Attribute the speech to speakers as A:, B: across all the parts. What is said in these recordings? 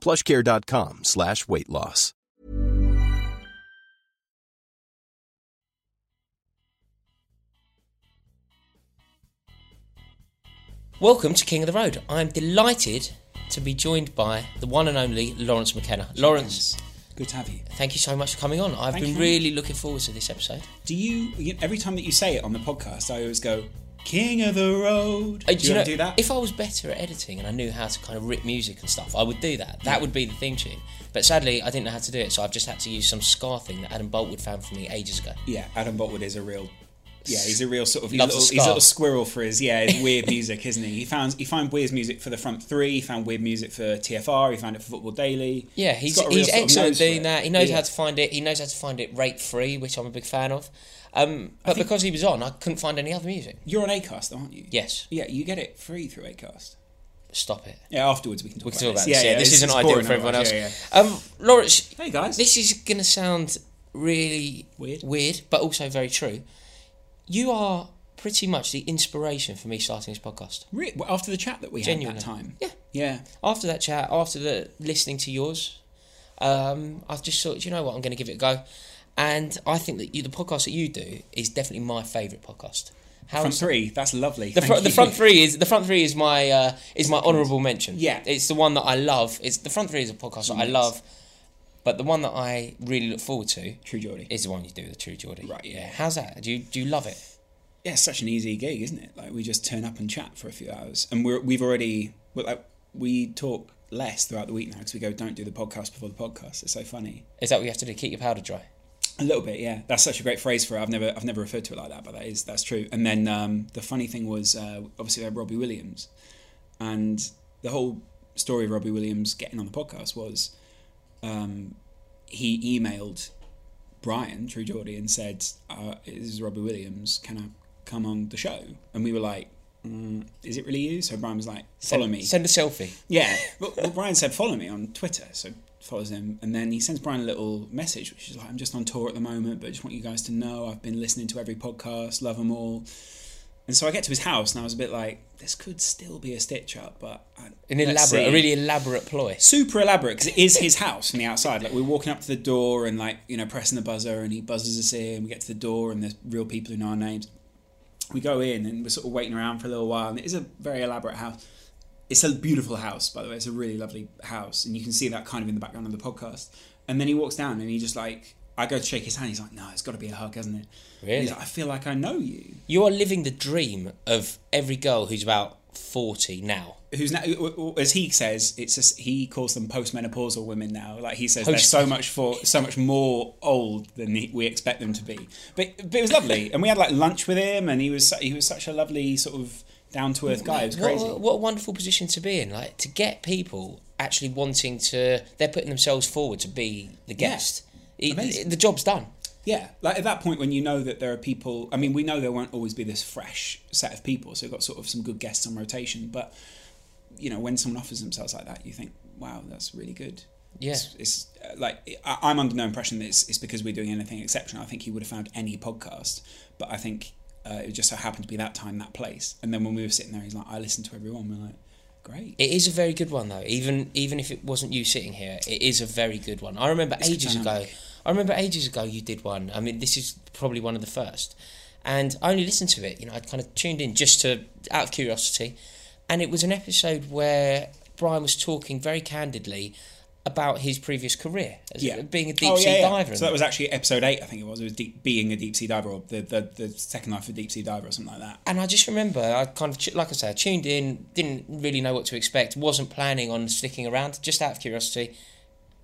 A: plushcare.com slash weight loss.
B: Welcome to King of the Road. I'm delighted to be joined by the one and only Lawrence McKenna. Lawrence,
C: Good to have you.
B: thank you so much for coming on. I've
C: Thank
B: been
C: you.
B: really looking forward to this episode.
C: Do you, you every time that you say it on the podcast, I always go King of the Road.
B: Uh,
C: do you, ever do that?
B: If I was better at editing and I knew how to kind of rip music and stuff, I would do that. That would be the theme tune. But sadly, I didn't know how to do it, so I've just had to use some scar thing that Adam Boltwood found for me ages ago.
C: yeah, Adam Botwood is a real. Yeah, he's a real sort of he's a
B: Loves a
C: little, he's a little
B: scarf.
C: squirrel for his yeah his weird music, isn't he? He found he found weird music for the front three. He found weird music for TFR. He found it for Football Daily.
B: Yeah, he's,
C: got a real
B: he's
C: sort of
B: excellent
C: nose for
B: doing
C: it.
B: that. He knows
C: Yeah.
B: how to find it. He knows how to find it rate free, which I'm a big fan of. Um, but because he was on, I couldn't find any other music.
C: You're on Acast, aren't you?
B: Yes,
C: Yeah, you get it free through Acast.
B: stop it.
C: Yeah, afterwards we can talk.
B: We can talk
C: about
B: about
C: this.
B: this. Yeah, this
C: it's-
B: isn't
C: it's
B: ideal
C: boring
B: for everyone
C: otherwise.
B: else.
C: Yeah, yeah.
B: Um, Lawrence,
C: Hey guys,
B: this is going to sound really
C: Weird.
B: weird, but also very true. You are pretty much the inspiration for me starting this podcast.
C: Re- well, after the chat that we
B: Genuinely.
C: had that time.
B: Yeah.
C: yeah.
B: After that chat, after the listening to yours, um, I've just thought, you know what, I'm going to give it a go. And I think that you, the podcast that you do is definitely my favourite podcast. How
C: Front three, Oh, that's lovely.
B: The,
C: Thank
B: fr- the
C: you.
B: front three is the front three is my uh, is my honourable mention.
C: Yeah.
B: it's the one that I love. It's the front three is a podcast that I love, but the one that I really look forward to
C: True Geordie.
B: is the one you do with the True Geordie.
C: Right.
B: Yeah. How's that? Do you do you love it?
C: yeah, it's such an easy gig, isn't it? Like we just turn up and chat for a few hours, and we're we've already we're like we talk less throughout the week now because we go don't do the podcast before the podcast. It's so funny.
B: Is that what you have to do? Keep your powder dry.
C: A little bit, yeah. That's such a great phrase for it. I've never I've never referred to it like that, but that is that's true. And then um, the funny thing was uh, obviously we had Robbie Williams, and the whole story of Robbie Williams getting on the podcast was um, he emailed Brian True Geordie and said, uh, "This is Robbie Williams. Can I come on the show?" And we were like. Mm, is it really you? So Brian was like, "Follow me."
B: Send a selfie.
C: Yeah. Well, well, Brian said, follow me on Twitter. So follows him. And then he sends Brian a little message, which is like, I'm just on tour at the moment, but I just want you guys to know I've been listening to every podcast, love them all. And so I get to his house and I was a bit like, this could still be a stitch up, but. I,
B: An
C: let's
B: elaborate, a
C: see."
B: really elaborate ploy.
C: Super elaborate because it is his house from the outside. Like we're walking up to the door and like you know pressing the buzzer and he buzzes us in. We get to the door and there's real people who know our names. We go in and we're sort of waiting around for a little while and it is a very elaborate house. It's a beautiful house, by the way. It's a really lovely house, and you can see that kind of in the background of the podcast. And then he walks down and he just like I go to shake his hand. He's like, "No, it's got to be a hug, hasn't it?" And
B: Really?
C: He's like, "I feel like I know you."
B: You are living the dream of every girl who's about forty now.
C: who's now, as he says, it's just, he calls them postmenopausal women now. Like he says,
B: Post-
C: they're so much for so much more old than he, we expect them to be. But, but it was lovely, and we had like lunch with him, and he was su- he was such a lovely sort of down to earth guy. It was crazy.
B: What, what a wonderful position to be in, like to get people actually wanting to, they're putting themselves forward to be the guest. It-
C: Amazing.
B: the job's done.
C: Yeah, like at that point when you know that there are people. I mean, we know there won't always be this fresh set of people, so we've got sort of some good guests on rotation. But you know, when someone offers themselves like that, you think, "Wow, that's really good."
B: Yeah.
C: it's, it's uh, like I, I'm under no impression that it's, it's because we're doing anything exceptional. I think he would have found any podcast, but I think uh, it just so happened to be that time, that place. And then when we were sitting there, he's like, "I listened to everyone." We're like, "Great."
B: It is a very good one though. Even even if it wasn't you sitting here, it is a very good one. I remember ages ago.
C: dynamic.
B: I remember ages ago you did one. I mean, this is probably one of the first, and I only listened to it. You know, I kind of tuned in just to out of curiosity, and it was an episode where Brian was talking very candidly about his previous career as
C: Yeah.
B: being a deep
C: Oh,
B: sea
C: yeah, yeah.
B: diver.
C: So that was actually episode eight, I think it was. It was deep, being a deep sea diver, or the, the the second life of a deep sea diver, or something like that.
B: and I just remember I kind of tu- like I said, I tuned in, didn't really know what to expect, wasn't planning on sticking around, just out of curiosity.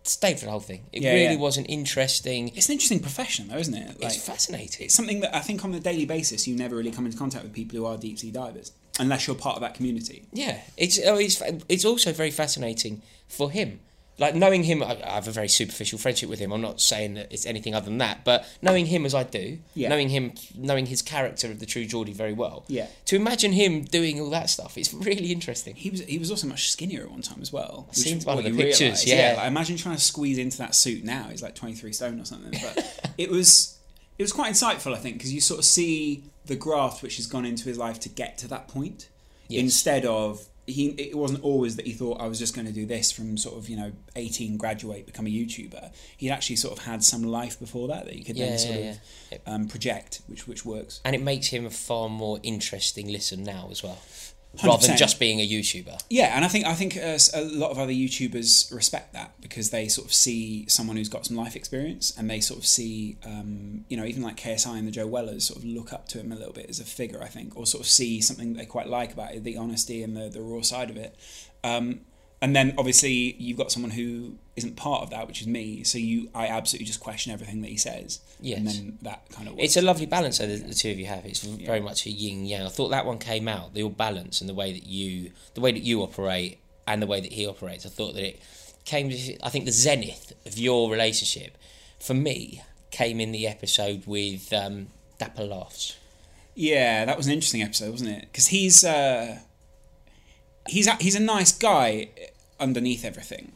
B: Stayed for the whole thing. It
C: Yeah,
B: really
C: yeah.
B: was an interesting.
C: It's an interesting profession, though, isn't it? Like,
B: it's fascinating.
C: it's something that I think on a daily basis you never really come into contact with people who are deep sea divers, unless you're part of that community.
B: Yeah, it's oh, it's fa- it's also very fascinating for him. Like knowing him, I, I have a very superficial friendship with him. I'm not saying that it's anything other than that, but knowing him as I do,
C: Yeah.
B: knowing him, knowing his character of the true Geordie very well.
C: Yeah.
B: To imagine him doing all that stuff, it's really interesting.
C: He was he was also much skinnier at one time as well. which
B: seen
C: is
B: one
C: what
B: of the
C: you
B: pictures,
C: realise.
B: yeah.
C: like, imagine trying to squeeze into that suit now. He's like twenty three stone or something. But it was it was quite insightful, I think, because you sort of see the graft which has gone into his life to get to that point,
B: Yes.
C: instead of he. It wasn't always that he thought I was just going to do this from sort of you know eighteen graduate become a YouTuber. He'd actually sort of had some life before that that he could
B: Yeah,
C: then sort
B: yeah,
C: of Um, project, which which works.
B: And it makes him a far more interesting listen now as well, rather than
C: 100%.
B: just being a YouTuber.
C: Yeah, and I think I think uh, s- a lot of other YouTubers respect that because they sort of see someone who's got some life experience, and they sort of see, um, you know, even like KSI and the Joe Wellers sort of look up to him a little bit as a figure, I think, or sort of see something that they quite like about it, the honesty and the the raw side of it. Um, and then obviously you've got someone who isn't part of that, which is me. So you, I absolutely just question everything that he says.
B: Yes.
C: and then that kind of works.
B: It's a lovely balance though, that the two of you have. It's very much a yin yang. I thought that one came out the all balance and the way that you the way that you operate and the way that he operates. I thought that it came. To, I think the zenith of your relationship for me came in the episode with um, Dapper laughs.
C: Yeah, that was an interesting episode, wasn't it? Because he's uh, he's a, he's a nice guy underneath everything.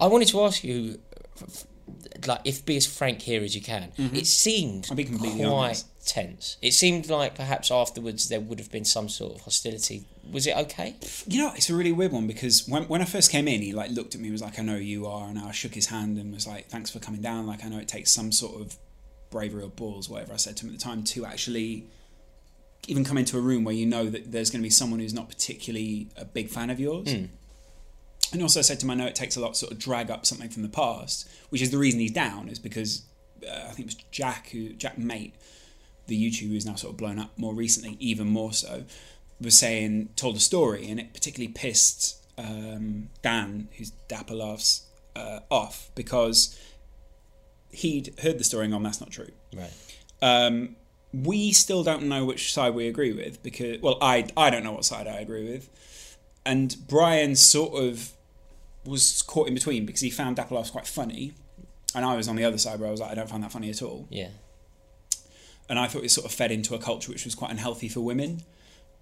B: I wanted to ask you, f- f- like, if be as frank here as you can. It seemed
C: Mm-hmm. I'll be completely
B: quite
C: honest.
B: tense. It seemed like perhaps afterwards there would have been some sort of hostility. Was it okay?
C: You know, it's a really weird one because when when I first came in, he like looked at me, and was like, "I know who you are," and I shook his hand and was like, "Thanks for coming down." Like, I know it takes some sort of bravery or balls, whatever I said to him at the time, to actually even come into a room where you know that there's going to be someone who's not particularly a big fan of yours. And also I said to him, I know it takes a lot to sort of drag up something from the past, which is the reason he's down, is because uh, I think it was Jack, who Jack Mate, the YouTuber who's now sort of blown up more recently, even more so, was saying, told a story, and it particularly pissed um, Dan, who's Dapper Laughs, uh, off because he'd heard the story and gone, that's not true
B: Right.
C: um, we still don't know which side we agree with because well I I don't know what side I agree with and Brian sort of was caught in between because he found Dapper Laughs quite funny and I was on the other side where I was like I don't find that funny at all
B: Yeah.
C: and I thought it sort of fed into a culture which was quite unhealthy for women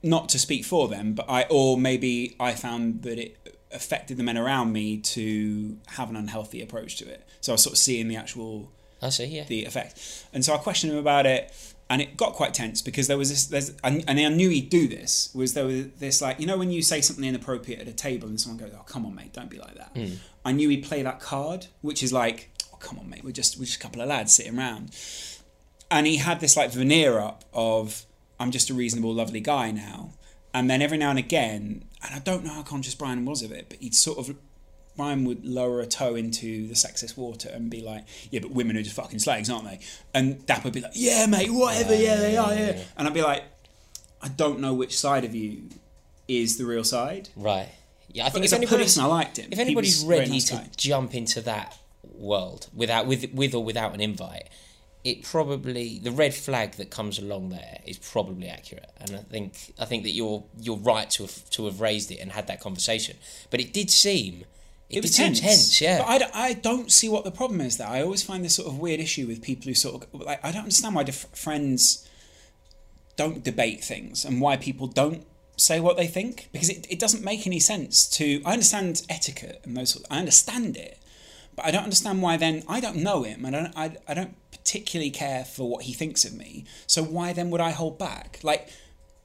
C: not to speak for them but I or maybe I found that it affected the men around me to have an unhealthy approach to it so I was sort of seeing the actual
B: I see. Yeah.
C: the effect. And so I questioned him about it, and it got quite tense because there was this. There's, and and I knew he'd do this. Was there was this like you know when you say something inappropriate at a table and someone goes, "Oh come on, mate, don't be like that." I knew he'd play that card, which is like, "Oh come on, mate, we're just we're just a couple of lads sitting around." And he had this like veneer up of, "I'm just a reasonable, lovely guy now." And then every now and again, and I don't know how conscious Brian was of it, but he'd sort of Brian would lower a toe into the sexist water and be like, "Yeah, but women are just fucking slaves, aren't they?" And Dap would be like, "Yeah, mate, whatever, yeah, they are." Yeah. And I'd be like, "I don't know which side of you is the real side."
B: Right. Yeah, I
C: But
B: think
C: as
B: if
C: a
B: anybody's,
C: person, I liked him.
B: if
C: He
B: anybody's
C: was a very
B: ready
C: nice
B: to
C: guy.
B: jump into that world without with with or without an invite, it probably the red flag that comes along there is probably accurate, and I think I think that you're you're right to have to have raised it and had that conversation. But it did seem it,
C: It was
B: did seem
C: tense.
B: tense, yeah.
C: But I, d- I don't see what the problem is there. I always find this sort of weird issue with people who sort of like I don't understand why def- friends don't debate things and why people don't say what they think because it, it doesn't make any sense to I understand etiquette and those sort I understand it but I don't understand why then I don't know him and I don't, I, I don't particularly care for what he thinks of me so why then would I hold back like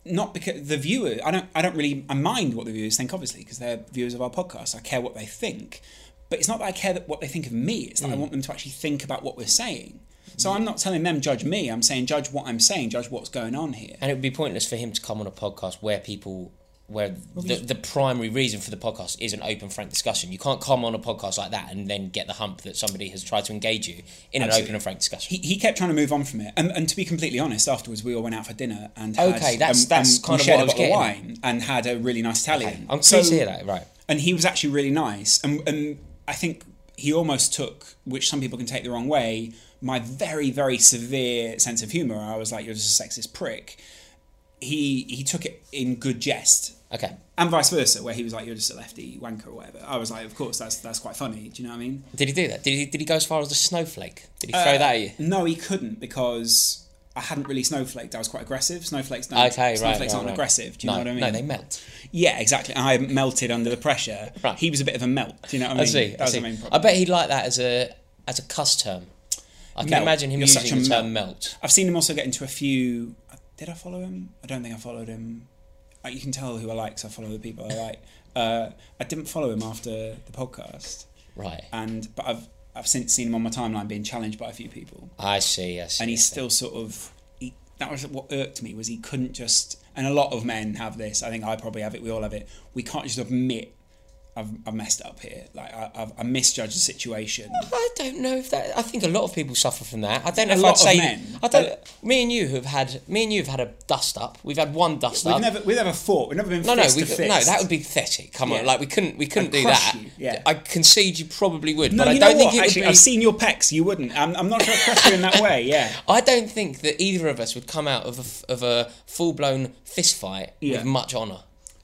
C: not because the viewer I don't I don't really I mind what the viewers think obviously because they're viewers of our podcast I care what they think but it's not that I care that what they think of me it's that I want them to actually think about what we're saying so I'm not telling them judge me I'm saying judge what I'm saying judge what's going on here
B: and it would be pointless for him to come on a podcast where people where the, the primary reason for the podcast is an open, frank discussion. You can't come on a podcast like that and then get the hump that somebody has tried to engage you in an
C: Absolutely.
B: open and frank discussion.
C: He, he kept trying to move on from it, and, and to be completely honest, afterwards we all went out for dinner and had,
B: Okay, that's-
C: um,
B: that's
C: um, we
B: kind of
C: shared
B: what I
C: a
B: was
C: bottle of
B: getting
C: wine and had a really nice Italian.
B: Okay, I'm
C: So-
B: pleased to hear that. Right.
C: and he was actually really nice and and I think he almost took which some people can take the wrong way my very very severe sense of humor I was like you're just a sexist prick he he took it in good jest
B: Okay.
C: and vice versa where he was like you're just a lefty wanker or whatever I was like of course that's that's quite funny do you know what I mean
B: Did he do that? Did he, did he go as far as a snowflake? Did he throw
C: Uh,
B: that at you?
C: no he couldn't because I hadn't really snowflaked I was quite aggressive snowflakes don't,
B: Okay, right.
C: snowflakes
B: right,
C: aren't
B: right.
C: aggressive do you
B: no,
C: know what I mean
B: No, they melt.
C: yeah exactly I melted under the pressure
B: Right.
C: he was a bit of a melt do you know what I
B: I
C: mean
B: see.
C: that
B: I
C: was
B: see.
C: the main problem
B: I bet he'd like that as a as a cuss term. I can
C: Melt.
B: imagine him
C: You're
B: using
C: such a
B: the term melt.
C: I've seen him also get into a few. uh, Did I follow him? I don't think I followed him. Uh, You can tell who I like, so I follow the people I like. Uh, I didn't follow him after the podcast,
B: Right.
C: and but I've I've since seen him on my timeline being challenged by a few people,
B: I see. I see.
C: and he's still sort of. He, that was what irked me was he couldn't just. And a lot of men have this. I think I probably have it. We all have it. We can't just admit. I've, I've messed up here. Like I, I've, I misjudged the situation.
B: I don't know if that. I think a lot of people suffer from that. I don't know
C: A
B: if
C: lot
B: I'd
C: of
B: say.
C: men. Uh,
B: I don't. me and you have had. Me and you have had a dust up. We've had one dust
C: We've
B: up.
C: never we've never fought. We've never been
B: Um, no, no,
C: fist
B: we,
C: to fist.
B: no. That would be pathetic. Come on,
C: Yeah.
B: like we couldn't. We couldn't
C: I'd
B: do
C: crush
B: that.
C: you, yeah.
B: I concede you probably would,
C: No,
B: but I
C: you
B: don't
C: know what?
B: think it
C: Actually,
B: would be.
C: I've seen your pecs. You wouldn't. I'm, I'm not sure I press you in that way. Yeah.
B: I don't think that either of us would come out of a, f- of a full blown fist fight
C: Yeah.
B: with much honour,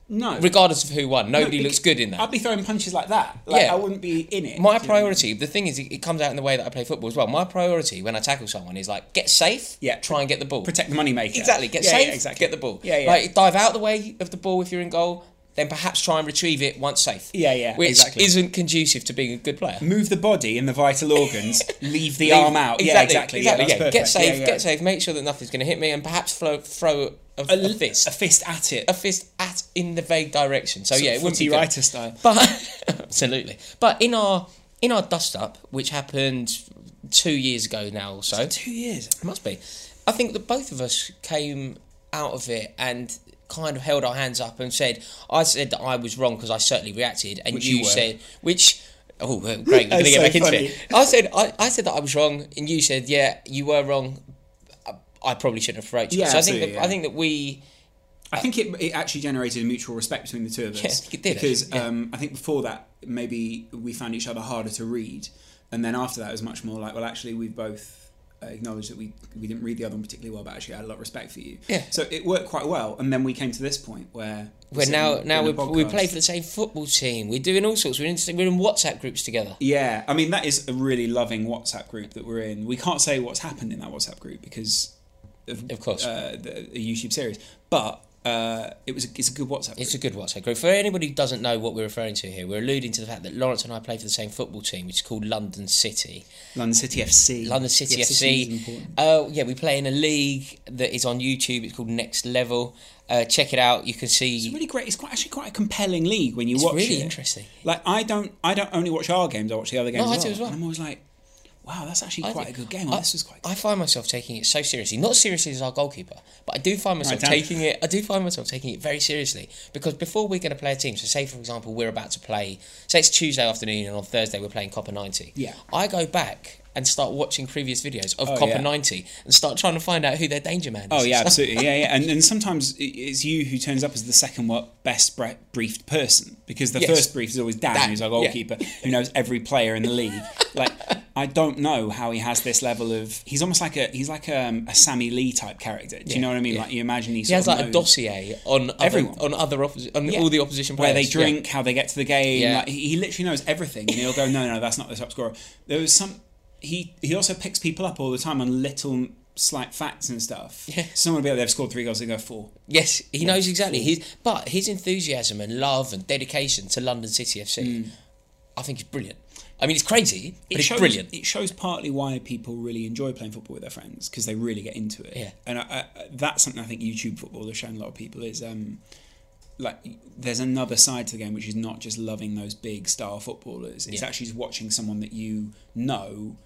C: No.
B: regardless of who won. Nobody
C: bec-
B: looks good in that.
C: I'd be throwing punches like that. Like,
B: Yeah.
C: I wouldn't be in
B: my
C: it. Do you know what I mean?
B: priority, the thing is, it, it comes out in the way that I play football as well. My priority when I tackle someone is like get safe,
C: Yeah.
B: try and get the ball,
C: Protect the moneymaker.
B: Exactly. Get
C: Yeah,
B: safe.
C: yeah, exactly.
B: Get the ball.
C: Yeah, yeah.
B: Like dive out the way of the ball if you're in goal. Then perhaps try and retrieve it once safe.
C: Yeah, yeah,
B: Which
C: exactly.
B: isn't conducive to being a good player.
C: Move the body and the vital organs. leave the arm out.
B: Exactly.
C: Yeah, exactly. Yeah, that's
B: Get
C: perfect.
B: safe.
C: Yeah, yeah.
B: Get safe. Make sure that nothing's going to hit me, and perhaps throw throw a, a,
C: A, fist.
B: fist,
C: A fist at it.
B: a fist at in the vague direction. So
C: Sort
B: yeah,
C: of
B: it wouldn't be
C: footy
B: good.
C: writer style.
B: But absolutely. But in our in our dust up, which happened two years ago now or so,
C: Two years.
B: it must be. I think that both of us came out of it and kind of held our hands up and said, "I said that I was wrong because I certainly reacted," and
C: Which
B: you,
C: you were.
B: said, "Which." Oh, well, great! We're going to
C: That's
B: get
C: so
B: back into
C: funny.
B: it. I said I, I said that I was wrong, and you said, "Yeah, you were wrong." I, I probably shouldn't have approached you.
C: Yeah,
B: so I think that,
C: absolutely,
B: I
C: yeah.
B: think that we
C: I think it, it actually generated a mutual respect between the two of us.
B: Yeah, I think it did,
C: Because
B: actually, yeah.
C: um, I think before that, maybe we found each other harder to read. And then after that, it was much more like, well, actually, we both uh, acknowledged that we, we didn't read the other one particularly well, but actually, I had a lot of respect for you.
B: Yeah.
C: So it worked quite well. And then we came to this point where. we're
B: we're
C: sitting
B: now
C: doing
B: now
C: a
B: we we
C: podcast.
B: play for the same football team. We're doing all sorts. We're in we're in WhatsApp groups together.
C: Yeah, I mean, that is a really loving WhatsApp group that we're in. We can't say what's happened in that WhatsApp group because
B: Of course,
C: uh, the, the YouTube series, but uh, it was a, it's a good WhatsApp
B: It's
C: group.
B: a good WhatsApp group. For anybody who doesn't know what we're referring to here, we're alluding to the fact that Lawrence and I play for the same football team, which is called London City.
C: London City FC.
B: London City
C: Yes, this is
B: FC.
C: important.
B: Oh yeah, we play in a league that is on YouTube. It's called Next Level. Uh, check it out. You can
C: It's
B: see.
C: really great. It's quite actually quite a compelling league when you
B: It's
C: watch it.
B: really interesting.
C: Like I don't, I don't only watch our games. I watch the other games.
B: No, I
C: as
B: do
C: well.
B: as well.
C: And I'm always like, wow, that's actually
B: I
C: quite
B: think-
C: a good game. Oh,
B: I-
C: this was quite. Good.
B: I find myself taking it so seriously. Not seriously as our goalkeeper, but I do find myself
C: Right, Dan.
B: taking it. I do find myself taking it very seriously because before we're going to play a team, so say for example we're about to play, say it's Tuesday afternoon and on Thursday we're playing Copper ninety.
C: Yeah.
B: I go back and start watching previous videos of
C: Oh,
B: Copper
C: yeah.
B: ninety and start trying to find out who their danger man is.
C: Oh yeah,
B: So-
C: absolutely, yeah, yeah, and and sometimes i- it's you who turns up as the second wo- best bre- briefed person because the
B: Yes.
C: first brief is always Dan,
B: Dan,
C: who's our
B: yeah.
C: goalkeeper, who knows every player in the league. Like I don't know how he has this level of. He's almost like a he's like um, a Sammy Lee type character. Do you know what I mean? Like you imagine he,
B: He
C: sort
B: has
C: of
B: like a
C: knows-
B: dossier on other,
C: Everyone.
B: on other opposi- on
C: Yeah.
B: all the opposition
C: where
B: players
C: they
B: Yeah.
C: drink, how they get to the game.
B: Yeah.
C: Like, he he literally knows everything, and he'll go, "No, no, that's not the top scorer." There was some. He he also picks people up all the time on little slight facts and stuff. Yeah. Someone will be like, "They've scored three goals, they go four.
B: Yes, he knows exactly. His but his enthusiasm and love and dedication to London City FC, I think is brilliant. I mean, it's crazy, but it's
C: shows,
B: brilliant.
C: Mm. It shows partly why people really enjoy playing football with their friends because they really get into it.
B: Yeah.
C: And I, I, that's something I think YouTube football has shown a lot of people is um, like there's another side to the game which is not just loving those big star footballers. It's
B: Yeah.
C: actually just watching someone that you know,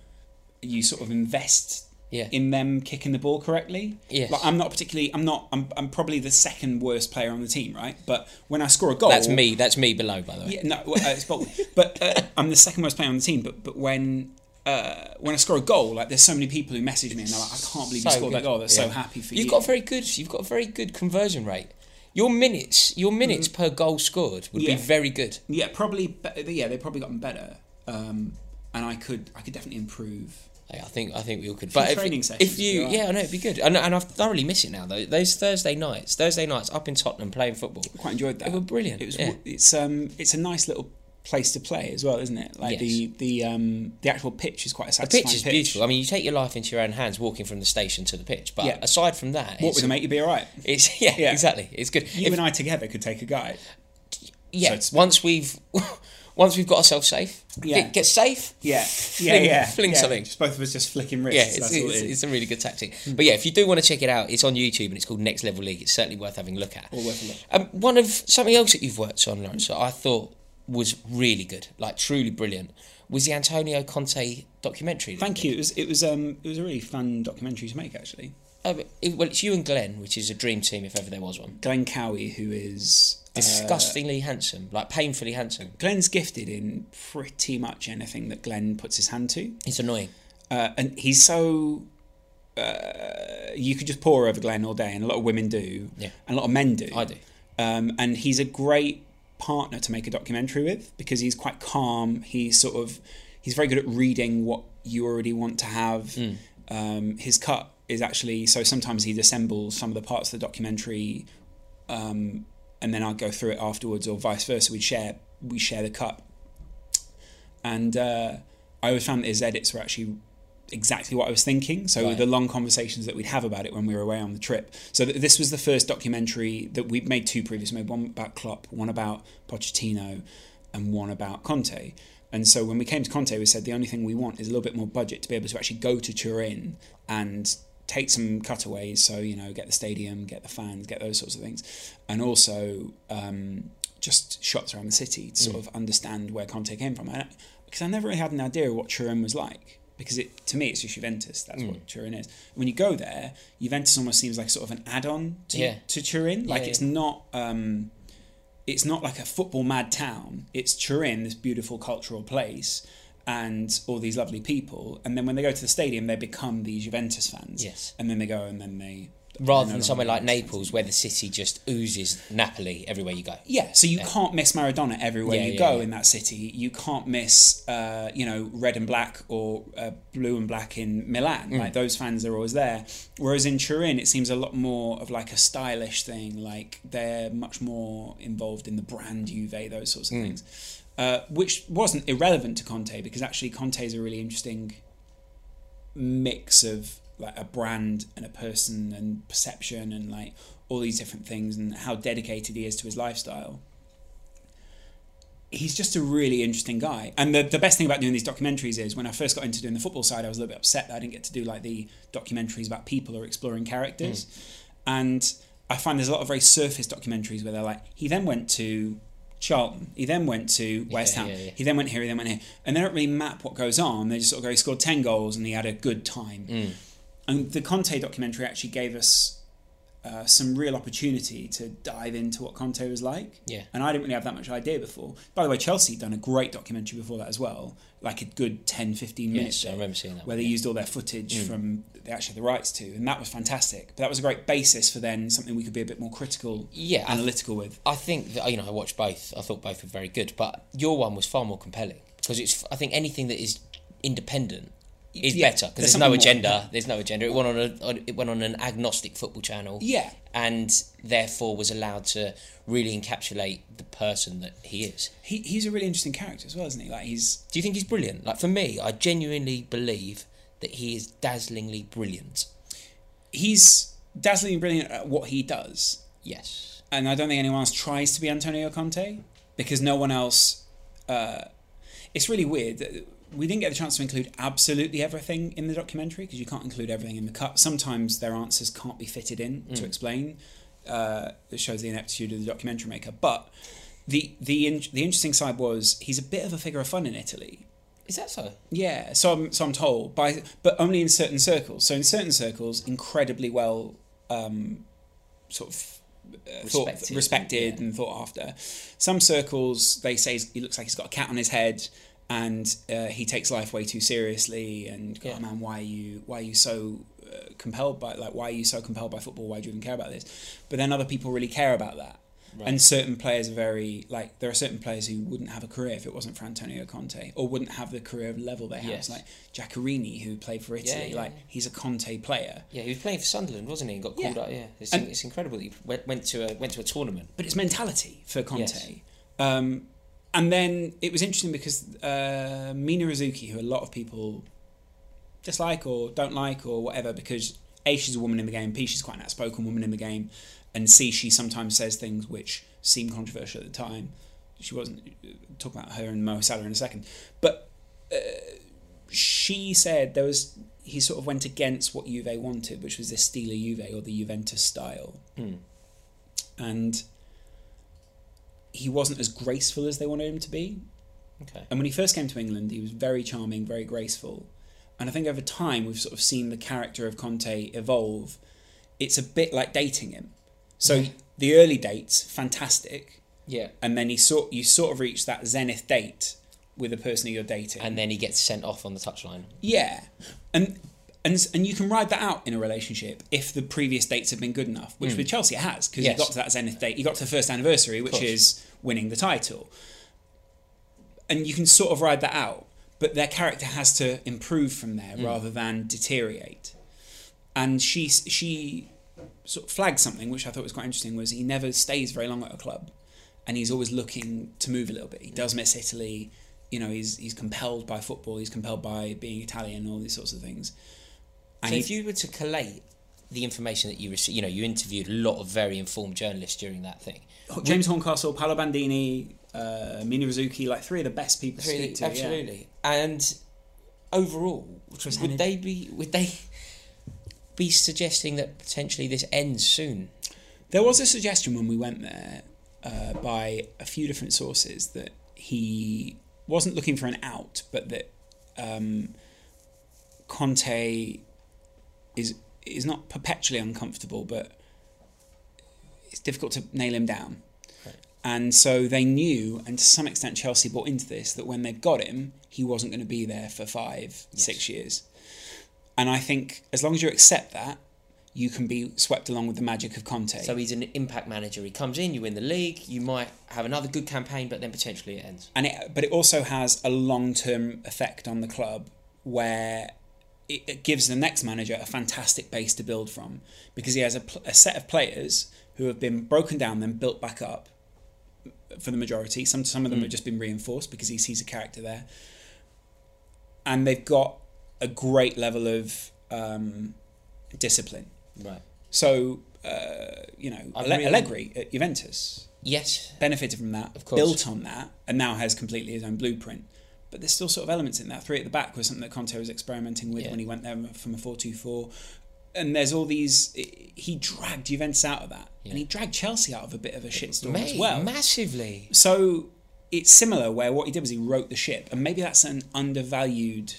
C: you sort of invest
B: Yeah.
C: in them kicking the ball correctly.
B: Yes.
C: Like I'm not particularly I'm not I'm, I'm probably the second worst player on the team, right? But when I score a goal
B: That's me. That's me below, by the way.
C: Yeah, no, well, uh, it's Bolton. but uh, I'm the second worst player on the team. But but when uh, when I score a goal, like there's so many people who message me and they're like, I can't believe you
B: So
C: scored that
B: good.
C: goal. They're so
B: Yeah.
C: happy for
B: you've
C: you.
B: got very good. You've got a very good conversion rate. Your minutes, your minutes per goal scored would
C: Mm. Yeah.
B: be very good.
C: yeah, probably. Be- yeah, they've probably gotten better. Um, and I could I could definitely improve.
B: Like, I think I think we all could.
C: Few
B: But if,
C: training
B: if
C: sessions would
B: you,
C: be
B: yeah, I know it'd be good. And, and I thoroughly miss it now though. Those Thursday nights, Thursday nights up in Tottenham playing football.
C: Quite enjoyed that.
B: They were brilliant,
C: It was.
B: yeah.
C: w- It's um. It's a nice little place to play as well, isn't it? Like the
B: Yes.
C: the um the actual pitch is quite a
B: The
C: satisfying
B: pitch is beautiful. I mean, you take your life into your own hands walking from the station to the pitch. But
C: Yeah.
B: aside from that,
C: What
B: it's,
C: would make you be all right?
B: it's yeah,
C: Yeah.
B: exactly. It's good.
C: You
B: If-
C: and I together could take a guy. so
B: yeah,
C: it's-
B: once we've once we've got ourselves safe,
C: Yeah.
B: get, get safe.
C: Yeah, yeah,
B: Fling-
C: yeah.
B: fling
C: yeah.
B: something.
C: Just both of us just flicking wrists.
B: Yeah, it's,
C: that's all it
B: it's,
C: is. Hmm.
B: it's a really good tactic. But yeah, if you do want to check it out, it's on YouTube and it's called Next Level League. It's certainly worth having a look at.
C: Or worth a look.
B: Um, one of something else that you've worked on, Lawrence, that I thought was really good, like truly brilliant, was the Antonio Conte documentary. that
C: Thank
B: did.
C: you. It was it was um it was a really fun documentary to make actually.
B: Oh, but it- well, it's you and Glenn, which is a dream team if ever there was one.
C: Glenn Cowie, who is uh,
B: Disgustingly handsome, like painfully handsome.
C: Glenn's gifted in pretty much anything that Glenn puts his hand to,
B: It's annoying.
C: uh, and he's so. Uh, you could just pore over Glenn all day, and a lot of women do,
B: Yeah.
C: and a lot of men do.
B: I do.
C: um, and he's a great partner to make a documentary with because he's quite calm. He's sort of he's very good at reading what you already want to have.
B: Hmm.
C: Um, his cut is actually so sometimes he assembles some of the parts of the documentary, um, and then I'll go through it afterwards, or vice versa. We share we share the cut, and uh, I always found that his edits were actually exactly what I was thinking. So
B: Right.
C: the long conversations that we'd have about it when we were away on the trip. So th- this was the first documentary that we'd made two previous, We made one about Klopp, one about Pochettino, and one about Conte. And so when we came to Conte, we said the only thing we want is a little bit more budget to be able to actually go to Turin and take some cutaways. So you know, get the stadium, get the fans, get those sorts of things, and also um, just shots around the city to sort
B: Mm.
C: of understand where Conte came from. Because I never really had an idea of what Turin was like because it to me it's just Juventus. That's
B: Mm.
C: what Turin is. When you go there, Juventus almost seems like sort of an add-on to
B: Yeah.
C: to Turin. Like
B: yeah.
C: it's not um, it's not like a football mad town. It's Turin, this beautiful cultural place, and all these lovely people. And then when they go to the stadium, they become these Juventus fans.
B: Yes.
C: And then they go and then they
B: Rather
C: no
B: than somewhere like
C: longer Juventus
B: Naples, where the city just oozes Napoli everywhere you go.
C: Yeah, so you can't miss Maradona everywhere
B: Yeah,
C: you
B: yeah,
C: go
B: yeah.
C: in that city. You can't miss, uh, you know, red and black or uh, blue and black in Milan.
B: Mm.
C: Like those fans are always there. Whereas in Turin, it seems a lot more of like a stylish thing. Like they're much more involved in the brand Juve, those sorts of
B: Mm.
C: things, uh, which wasn't irrelevant to Conte because actually Conte is a really interesting mix of like a brand and a person and perception and like all these different things and how dedicated he is to his lifestyle. He's just a really interesting guy. And the, the best thing about doing these documentaries is when I first got into doing the football side, I was a little bit upset that I didn't get to do like the documentaries about people or exploring characters.
B: Hmm.
C: And I find there's a lot of very surface documentaries where they're like, he then went to Charlton, he then went to West Ham,
B: yeah, yeah.
C: he then went here, he then went here. And they don't really map what goes on. They just sort of go, he scored 10 goals and he had a good time.
B: Hmm.
C: And the Conte documentary actually gave us uh, some real opportunity to dive into what Conte was like.
B: Yeah.
C: And I didn't really have that much idea before. By the way, Chelsea had done a great documentary before that as well, like a good 10, 15 minutes.
B: Yes, I remember seeing that
C: Where
B: one,
C: they
B: yeah. Mm.
C: used all their footage from they actually had the rights to. And that was fantastic. But that was a great basis for then something we could be a bit more critical,
B: Yeah, I-
C: analytical with.
B: I think that you know I watched both. I thought both were very good, but your one was far more compelling because it's. I think anything that is independent is
C: Yeah,
B: better because
C: there's
B: there's, no
C: something more.
B: agenda. There's no agenda. It went on a. on- It went on an agnostic football channel.
C: Yeah.
B: and therefore was allowed to really encapsulate the person that he is.
C: He, he's a really interesting character as well, isn't he? Like he's
B: Do you think he's brilliant? Like for me, I genuinely believe that he is dazzlingly brilliant.
C: he's dazzlingly brilliant at what he does.
B: Yes.
C: and I don't think anyone else tries to be Antonio Conte because no one else. Uh, it's really weird. that We didn't get the chance to include absolutely everything in the documentary because you can't include everything in the cut. Sometimes their answers can't be fitted in to explain. Uh, it shows the ineptitude of the documentary maker. But the the in- the interesting side was he's a bit of a figure of fun in Italy
B: Is that so?
C: Yeah, so I'm, so I'm told by, but only in certain circles. So in certain circles, incredibly well, um, sort of uh, thought-
B: Respected,
C: respected
B: yeah.
C: and thought after. Some circles they say he's- he looks like he's got a cat on his head, and uh, he takes life way too seriously. And God,
B: Yeah.
C: man, why are you why are you so uh, compelled by like why are you so compelled by football? Why do you even care about this? But then other people really care about that. And certain players are very like there are certain players who wouldn't have a career if it wasn't for Antonio Conte or wouldn't have the career level they have.
B: Yes.
C: Like Jaccarini, who played for Italy,
B: yeah,
C: like
B: yeah.
C: he's a Conte player.
B: Yeah, he was playing for Sunderland, wasn't he? And got
C: Yeah.
B: called up. Yeah, it's,
C: And-
B: it's incredible that he went, went to a went to a tournament.
C: but it's mentality for Conte.
B: Yes.
C: Um, and then it was interesting because uh, Mina Rizuki, who a lot of people dislike or don't like or whatever, because A, she's a woman in the game, B, she's quite an outspoken woman in the game, and C, she sometimes says things which seem controversial at the time. She wasn't, uh, talk about her and Mo Salah in a second, but uh, she said there was he sort of went against what Juve wanted, which was this Stila Juve or the Juventus style, and he wasn't as graceful as they wanted him to be.
B: Okay.
C: And when he first came to England, he was very charming, very graceful, and I think over time we've sort of seen the character of Conte evolve. It's a bit like dating him. So the early dates, fantastic,
B: Yeah.
C: and then he sort you sort of reach that zenith date with the person who you're dating,
B: And then he gets sent off on the touchline.
C: yeah, and and and you can ride that out in a relationship if the previous dates have been good enough, which with Chelsea it has because
B: Hmm. Yes.
C: you got to that zenith date, you got to the first anniversary, which
B: course.
C: is winning the title, and you can sort of ride that out, but their character has to improve from there rather than deteriorate. And she s- she sort of flagged something which I thought was quite interesting was he never stays very long at a club, and he's always looking to move a little bit. He does miss Italy, you know. He's he's compelled by football. He's compelled by being Italian, all these sorts of things. And
B: so
C: he-
B: if you were to collate the information that you received, you know, you interviewed a lot of very informed journalists during that thing.
C: Oh, James Horncastle, Paolo Bandini, uh, Mina Rizuki, like three of the best people to speak to. yeah.
B: absolutely. And overall,
C: was
B: would
C: Henry-
B: they be would they be suggesting that potentially this ends soon?
C: There was a suggestion when we went there uh, by a few different sources that he wasn't looking for an out, but that um, Conte is is not perpetually uncomfortable, but it's difficult to nail him down. And so they knew, and to some extent, Chelsea bought into this that when they got him, he wasn't going to be there for five, six years. And I think as long as you accept that, you can be swept along with the magic of Conte.
B: So he's an impact manager. He comes in, you win the league, you might have another good campaign, but then potentially it ends.
C: and it, but it also has a long term effect on the club where it, it gives the next manager a fantastic base to build from because he has a, pl- a set of players who have been broken down then built back up for the majority. Some some of them have just been reinforced because he sees a character there, and they've got a great level of um, discipline.
B: Right.
C: So uh, you know,
B: I
C: Ale-
B: really-
C: Allegri at Juventus
B: Yes.
C: benefited from that,
B: course.
C: built on that, and now has completely his own blueprint. But there's still sort of elements in that. Three at the back was something that Conte was experimenting with
B: Yeah.
C: when he went there from a 4 2 4. And there's all these. He dragged Juventus out of that. And he dragged Chelsea out of a bit of a shitstorm as
B: Mate,
C: well.
B: massively.
C: so it's similar where what he did was he wrote the ship. And maybe that's an undervalued.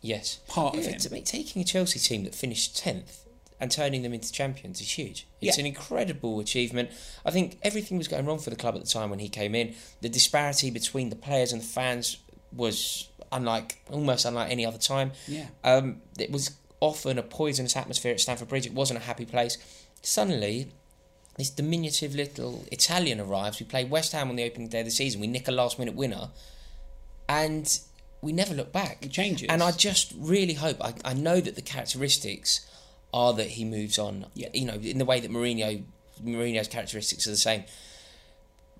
B: Yes.
C: Part of
B: Yeah,
C: him.
B: to me, taking a Chelsea team that finished 10th and turning them into champions is huge. It's
C: Yeah.
B: an incredible achievement. I think everything was going wrong for the club at the time when he came in. The disparity between the players and the fans was unlike almost unlike any other time.
C: Yeah.
B: Um, it was often a poisonous atmosphere at Stamford Bridge. It wasn't a happy place. Suddenly, this diminutive little Italian arrives. We play West Ham on the opening day of the season. We nick a last minute winner, and we never look back.
C: It changes.
B: And I just really hope. I, I know that the characteristics are that he moves on.
C: Yeah.
B: You know, in the way that Mourinho, Mourinho's characteristics are the same.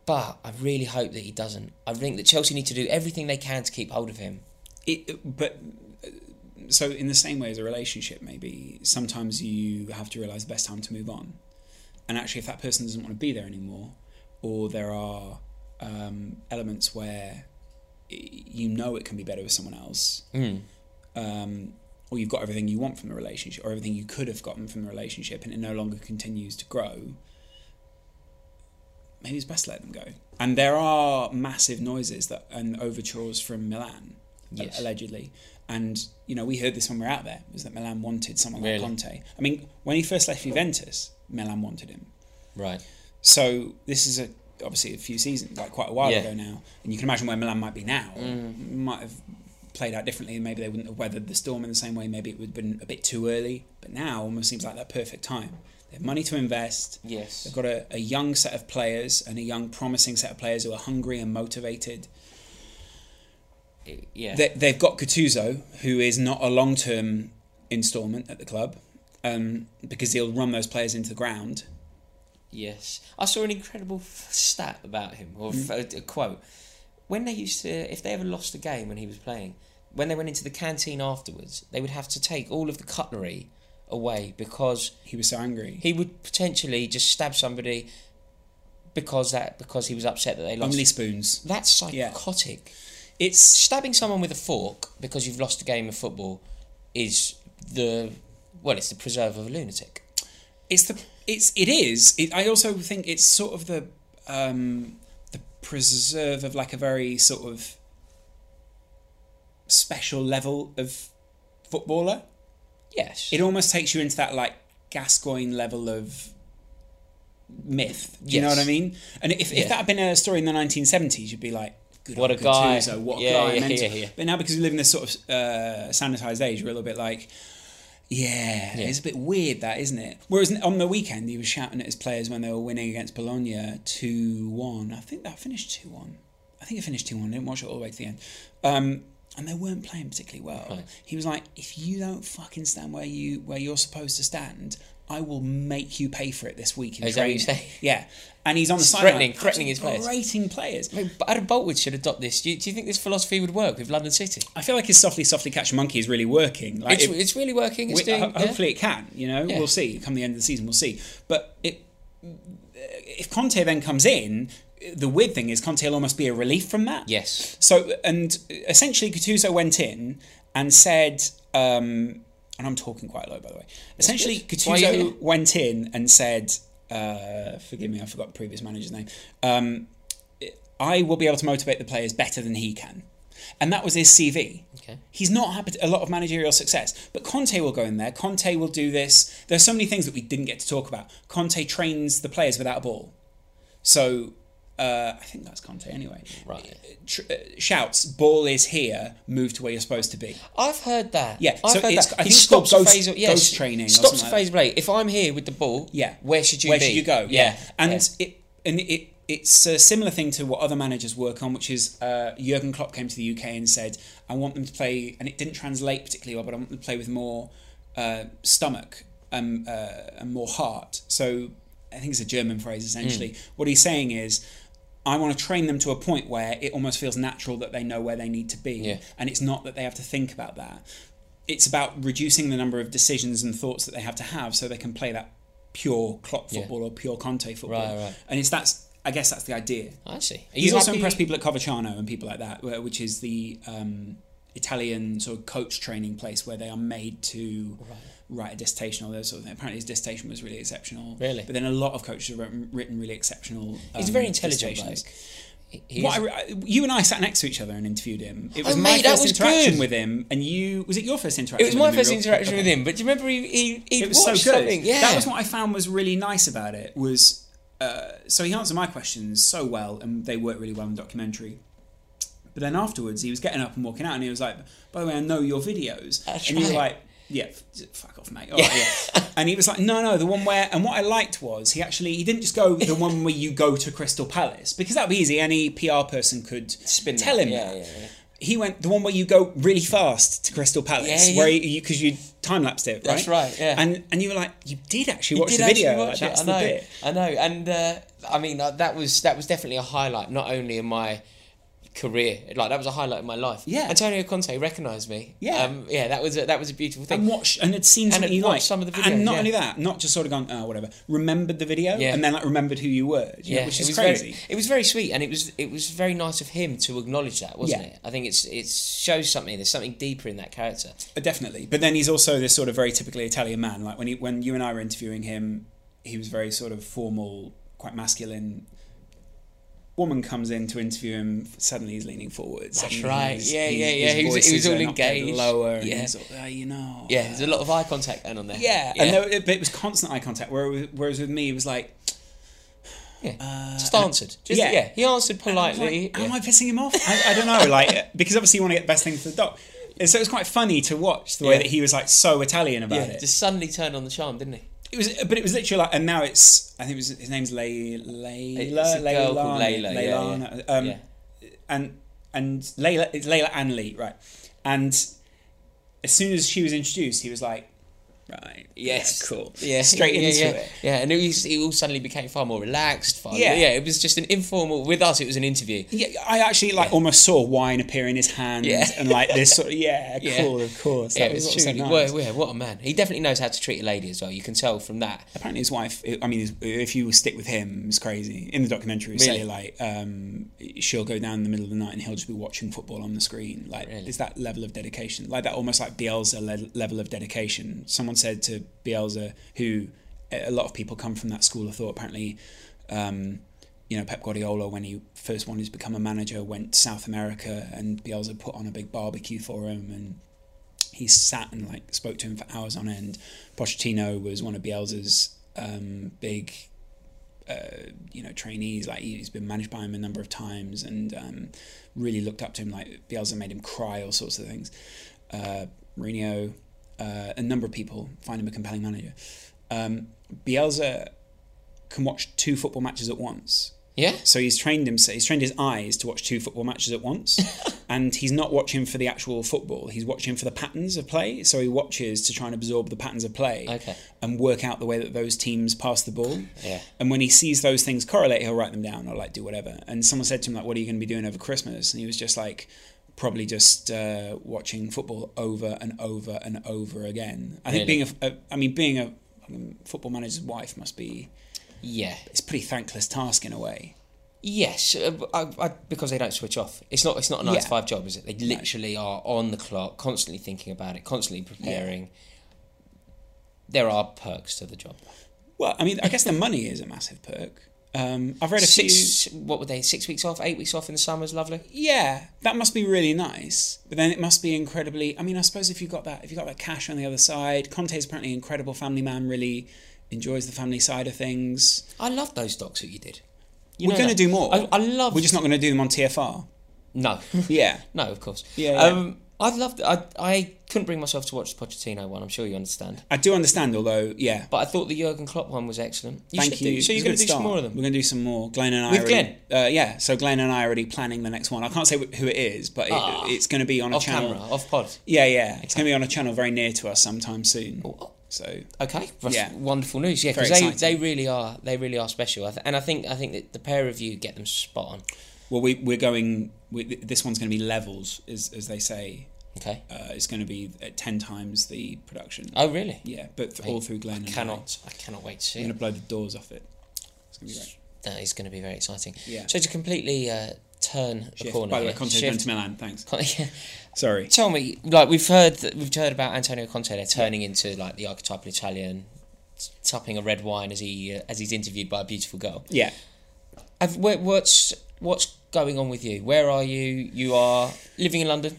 B: But I really hope that he doesn't. I think that Chelsea need to do everything they can to keep hold of him.
C: It, but. uh, So, in the same way as a relationship, maybe sometimes you have to realize the best time to move on. and actually if that person doesn't want to be there anymore or there are um, elements where y- you know it can be better with someone else um, or you've got everything you want from the relationship or everything you could have gotten from the relationship and it no longer continues to grow maybe it's best to let them go and there are massive noises that and overtures from milan
B: Yes.
C: allegedly. And you know, we heard this when we were out there was that Milan wanted someone
B: Really?
C: like Conte. I mean, when he first left Juventus, Milan wanted him.
B: Right.
C: So this is a obviously a few seasons, like quite a while
B: Yeah. Mm.
C: ago now, and you can imagine where Milan might be now. Might have played out differently. Maybe they wouldn't have weathered the storm in the same way. Maybe it would have been a bit too early. But now almost seems like that perfect time. They have money to invest.
B: Yes.
C: They've got a, a young set of players and a young promising set of players who are hungry and motivated.
B: It- yeah.
C: They, they've got Gattuso, who is not a long term instalment at the club, um, because he'll run those players into the ground.
B: Yes, I saw an incredible f- stat about him, or f- a quote. When they used to, if they ever lost a game when he was playing, when they went into the canteen afterwards, they would have to take all of the cutlery away because
C: He was so angry.
B: he would potentially just stab somebody because that because he was upset that they lost.
C: Only spoons.
B: That's
C: Yeah.
B: psychotic.
C: It's
B: Stabbing someone with a fork because you've lost a game of football is the well, it's the preserve of a lunatic.
C: it's the it's it is it, i also think it's sort of the um the preserve of like a very sort of special level of footballer
B: Yes,
C: it almost takes you into that like gascoigne level of myth do you know
B: Yes.
C: what i mean and if,
B: Yeah.
C: if that had been a story in the 1970s you'd be like Good
B: What
C: old
B: a guy.
C: Gattuso, what a
B: Yeah,
C: guy
B: yeah,
C: mental.
B: yeah, yeah.
C: but now because we live in this sort of uh, sanitized age we're a little bit like yeah, it's a bit weird that, isn't it? Whereas on the weekend he was shouting at his players when they were winning against Bologna two one. I think that finished two one. I think it finished two one. Didn't watch it all the way to the end. Um, and they weren't playing particularly well. He was like, "If you don't fucking stand where you where you're supposed to stand, I will make you pay for it this week in
B: Is that what
C: training."
B: you say?
C: Yeah, and he's on the sideline,
B: threatening- threatening his players.
C: berating players.
B: I mean, Adam Boltwood should adopt this. Do you, do you think this philosophy would work with London City?
C: I feel like his softly, softly catch a monkey is really working. Like
B: It's,
C: Uh, it-
B: it's really working. It's
C: We-
B: doing.
C: ho-
B: yeah.
C: hopefully it can. You know,
B: Yeah.
C: we'll see. Come the end of the season, we'll see. But it, if Conte then comes in, the weird thing is Conte will almost be a relief from that.
B: Yes.
C: So and essentially Gattuso went in and said, um, and I'm talking quite low by the way. Essentially,
B: That's why you're here.
C: Gattuso went in and said, uh, "Forgive me, I forgot the previous manager's name. Um, I will be able to motivate the players better than he can." And that was his CV.
B: Okay.
C: He's not had a lot of managerial success, but Conte will go in there. Conte will do this. There's so many things that we didn't get to talk about. Conte trains the players without a ball. So uh, I think that's Conte anyway.
B: Right.
C: Tr- uh, shouts, ball is here, move to where you're supposed to be.
B: I've heard that.
C: Yeah,
B: I've
C: so
B: heard
C: it's-
B: that.
C: I
B: he
C: think it's
B: stops
C: called
B: a
C: ghost-
B: phase. Of, yes,
C: ghost training or
B: Stops
C: something
B: a
C: like
B: phase of play. If I'm here with the ball,
C: Yeah.
B: Where should you
C: Where
B: be?
C: should you go?
B: Yeah.
C: And
B: yeah.
C: it and it it's a similar thing to what other managers work on, which is uh, Jurgen Klopp came to the UK and said, "I want them to play," and it didn't translate particularly well, but I want them to play with more uh, stomach um, uh, and more heart. So I think it's a German phrase essentially.
B: Hmm.
C: What he's saying is. I want to train them to a point where it almost feels natural that they know where they need to be,
B: Yeah.
C: and it's not that they have to think about that. It's about reducing the number of decisions and thoughts that they have to have, so they can play that pure Klopp
B: Yeah.
C: football or pure Conte football.
B: Right, right.
C: And it's that's I guess that's the idea.
B: I see. Are
C: He's
B: you
C: also
B: happy-
C: impressed people at Covacciano and people like that, wh- which is the um, Italian sort of coach training place where they are made to write a dissertation or those sort of thing. Apparently, his dissertation was really exceptional.
B: Really?
C: but then a lot of coaches have written, written really exceptional.
B: He's
C: um,
B: very intelligent.
C: dissertations.
B: bloke. He- he
C: What I
B: is-
C: re- I, you and I sat next to each other and interviewed him. It was
B: Oh,
C: my
B: mate, that
C: first
B: was
C: interaction
B: good.
C: with him, and you was it your first interaction?
B: it was
C: with
B: my
C: him in
B: first
C: real-
B: interaction
C: Okay
B: with him. But do you remember he he, he
C: it was so good.
B: something? Yeah.
C: That was what I found was really nice about it was uh, so he answered my questions so well and they worked really well in the documentary. But then afterwards he was getting up and walking out and he was like, by the way, I know your videos.
B: That's
C: and you were
B: right.
C: like, yeah, f- fuck off, mate. All right, yeah. and he was like, no, no, the one where, and what I liked was he actually, he didn't just go the one where you go to Crystal Palace because that'd be easy. Any PR person could
B: Spin
C: tell
B: that.
C: him
B: Yeah,
C: that
B: yeah, yeah.
C: he went the one where you go really fast to Crystal Palace,
B: Yeah,
C: where
B: yeah.
C: you because you time lapsed it, right?
B: That's right, yeah.
C: And and you were like, you did actually
B: You
C: watch
B: did
C: the
B: actually
C: video.
B: watch
C: like,
B: it,
C: that's
B: I
C: the
B: know.
C: bit.
B: I know, and uh, I mean uh, that was that was definitely a highlight, not only in my career, like that was a highlight in my life.
C: Yeah.
B: Antonio Conte recognised me.
C: Yeah.
B: um, yeah, that was a, that was a beautiful thing.
C: And watch and had seen
B: And
C: something
B: had
C: you
B: watched
C: liked.
B: some of the
C: and
B: videos,
C: not
B: yeah.
C: only that, not just sort of going, oh whatever. Remembered the video
B: Yeah.
C: and then like remembered who you were. do you know, which
B: it
C: is
B: was
C: crazy.
B: Very, it was very sweet, and it was it was very nice of him to acknowledge that, wasn't
C: Yeah.
B: it? I think it's it shows something. There's something deeper in that character.
C: Uh, definitely. But then he's also this sort of very typically Italian man. Like when he, when you and I were interviewing him, he was very sort of formal, quite masculine. woman comes in to interview him. Suddenly he's leaning forward.
B: That's
C: suddenly
B: right.
C: his-
B: Yeah,
C: his-
B: yeah,
C: his
B: yeah. He was- he
C: voice
B: was
C: is
B: all
C: an octave
B: engaged.
C: Lower. And
B: Yeah.
C: he's all, "Oh, you know.
B: Yeah, there's a lot of eye contact going on there.
C: Yeah.
B: yeah.
C: And there, it, but it was constant eye contact. Whereas, whereas with me, it was like,
B: yeah. just answered. Just,
C: uh, yeah.
B: yeah. he answered politely.
C: Like, Am
B: yeah.
C: I pissing him off? I, I don't know. Like because obviously you want to get the best thing for the dog, and so it was quite funny to watch the way
B: Yeah.
C: that he was like so Italian about
B: Yeah,
C: it.
B: just suddenly turned on the charm, didn't he?
C: it was, but it was literally like, and now it's I think it was his name's Lay Layla
B: It's a girl called Layla, yeah,
C: Laylana, um,
B: yeah.
C: and and Layla it's Layla and Lee right, and as soon as she was introduced, he was like, right,
B: Yes.
C: yeah, cool,
B: Yeah,
C: straight
B: yeah,
C: into
B: yeah.
C: it.
B: Yeah, and it, was, it all suddenly became far more relaxed. Far,
C: Yeah.
B: yeah, yeah. It was just an informal. With us, it was an interview.
C: Yeah, I actually like almost saw wine appear in his hand
B: Yeah.
C: and like this sort of yeah,
B: Yeah.
C: cool, of course.
B: yeah,
C: That
B: it was
C: all
B: truly.
C: so nice.
B: well, yeah, what a man! He definitely knows how to treat a lady as well. You can tell from that.
C: apparently his wife i mean his, if you stick with him it's crazy in the documentary really? say
B: Really?
C: like um, she'll go down in the middle of the night and he'll just be watching football on the screen like
B: Really?
C: it's that level of dedication like that almost like Bielsa le- level of dedication someone said to Bielsa who a lot of people come from that school of thought apparently um, you know Pep Guardiola when he first wanted to become a manager went to South America and Bielsa put on a big barbecue for him and he sat and like spoke to him for hours on end. Pochettino was one of Bielsa's um, big, uh, you know, trainees. Like he- he's been managed by him a number of times and um, really looked up to him. Like Bielsa made him cry, all sorts of things. Uh, Mourinho, uh, a number of people find him a compelling manager. Um, Bielsa can watch two football matches at once.
B: Yeah,
C: So he's trained him. He's trained his eyes to watch two football matches at once, and he's not watching for the actual football. He's watching for the patterns of play. So he watches to try and absorb the patterns of play
B: Okay.
C: and work out the way that those teams pass the ball.
B: Yeah.
C: And when he sees those things correlate, he'll write them down or like do whatever. And someone said to him like, "What are you going to be doing over Christmas?" And he was just like. Probably just uh, watching football over and over and over again. I think
B: Really?
C: being a, a, I mean, being a um, football manager's wife must be,
B: yeah,
C: it's a pretty thankless task in a way.
B: yes. uh, I, I, because they don't switch off. It's not. It's not a nine
C: Yeah.
B: to five job, is it? They literally are on the clock, constantly thinking about it, constantly preparing. There are perks to the job.
C: Well, I mean, I guess the money is a massive perk. Um, I've read a few.
B: Six. What were they? Six weeks off, eight weeks off in the summer is lovely.
C: Yeah, that must be really nice. But then it must be incredibly. I mean, I suppose if you got that, if you got that cash on the other side, Conte's apparently an incredible family man. Really enjoys the family side of things.
B: I love those docs that you did. You
C: We're
B: know
C: going to
B: that.
C: do more.
B: I, I love.
C: We're just not going to do them on TFR.
B: No.
C: Yeah.
B: no, of course.
C: Yeah, yeah.
B: Um, I loved. I I couldn't bring myself to watch the Pochettino one. I'm sure you understand.
C: I do understand, although, yeah.
B: But I thought the Jurgen Klopp one was excellent. You
C: Thank
B: should
C: you.
B: Do, so you're
C: It's a
B: going
C: good
B: to do
C: start.
B: some more of them.
C: We're going to do some more. Glenn and I.
B: With
C: already- Uh, yeah. So Glenn and I are already planning the next one. I can't say wh- who it is, but it,
B: Ah.
C: it's going to be on a
B: Off
C: channel.
B: camera, off pod.
C: Yeah, yeah. It's going to be on a channel very near to us sometime soon.
B: Oh,
C: So
B: Okay, that's
C: Yeah.
B: wonderful news. Yeah,
C: Very
B: because they,
C: exciting.
B: they really are they really are special. I th- and I think I think that the pair of you get them spot on.
C: Well, we, we're going. We, th- this one's going to be levels, as, as they say.
B: Okay.
C: Uh, it's going to be at ten times the production.
B: Oh really?
C: Yeah, but th- all through Glenn. and I.
B: Cannot I cannot wait to see
C: I'm
B: it.
C: going to blow the doors off it. It's going to be great.
B: That is going to be very exciting.
C: Yeah.
B: So to completely uh, turn the
C: Shift.
B: corner.
C: By the way,
B: here,
C: Conte's going
B: shift-
C: to Milan. Thanks.
B: Con- yeah.
C: Sorry.
B: Tell me, like we've heard, we've heard about Antonio Conte. They're turning into like the archetypal Italian, t- tupping a red wine as he uh, as he's interviewed by a beautiful girl.
C: Yeah.
B: I've, where, what's what's going on with you? Where are you? You are living in London.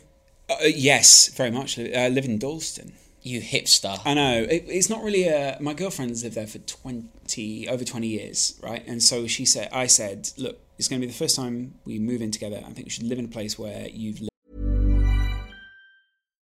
C: Uh, yes, very much. I live in Dalston.
B: You hipster.
C: I know it, it's not really a. My girlfriend's lived there for twenty over twenty years, right? And so she said, I said, look, it's going to be the first time we move in together. I think we should live in a place where you've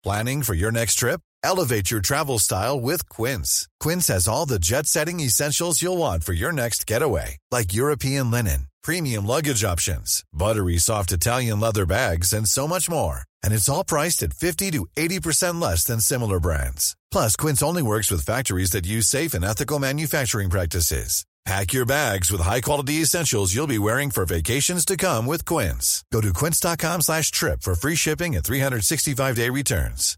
D: Planning for your next trip? Elevate your travel style with Quince. Quince has all the jet setting essentials you'll want for your next getaway, like European linen, premium luggage options, buttery soft Italian leather bags, and so much more. And it's all priced at 50 to 80% less than similar brands. Plus, Quince only works with factories that use safe and ethical manufacturing practices. Pack your bags with high-quality essentials you'll be wearing for vacations to come with Quince. Go to quince.com slash trip for free shipping and 365-day returns.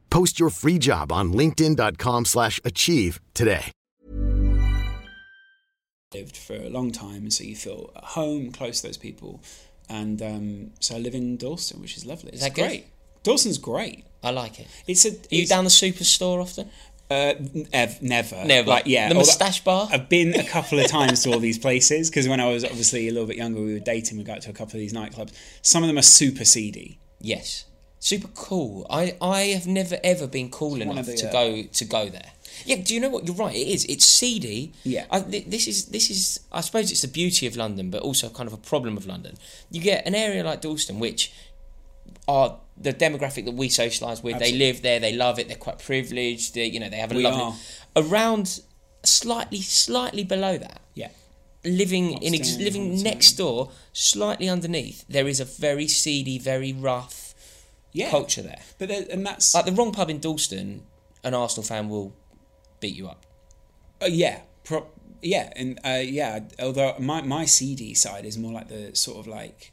E: Post your free job on linkedin.com/achieve slash achieve today.
C: lived for a long time, and so you feel at home, close to those people. And um, so I live in Dawson, which is lovely.
B: Is
C: it's
B: that good?
C: great. Dawson's great.
B: I like it.
C: It's a.
B: Are you
C: it's-
B: down the superstore often?
C: Uh, nev- never.
B: Never.
C: Like, yeah.
B: The
C: although-
B: moustache bar?
C: I've been a couple of times to all these places because when I was obviously a little bit younger, we were dating. We got to a couple of these nightclubs. Some of them are super seedy.
B: Yes. Super cool. I, I have never ever been cool
C: It's one
B: enough
C: of the,
B: to
C: uh,
B: go to go there. Yeah, do you know what? You're right. It is. It's seedy.
C: Yeah.
B: I, thi- this is this is. I suppose it's the beauty of London, but also kind of a problem of London. You get an area like Dalston, which are the demographic that we socialise with. They live there. They love it. They're quite privileged. They, you know, they have a
C: We
B: lovely.
C: are.
B: Around slightly, slightly below that
C: Yeah.
B: living in ex-
C: Upstairs,
B: living
C: upstairs.
B: next door, slightly underneath, there is a very seedy, very rough
C: Yeah.
B: culture there. Uh,
C: But there, and that's
B: Like the wrong pub in Dalston, an Arsenal fan will beat you up.
C: Uh, yeah, pro- yeah, and uh, yeah. Although my my CD side is more like the sort of like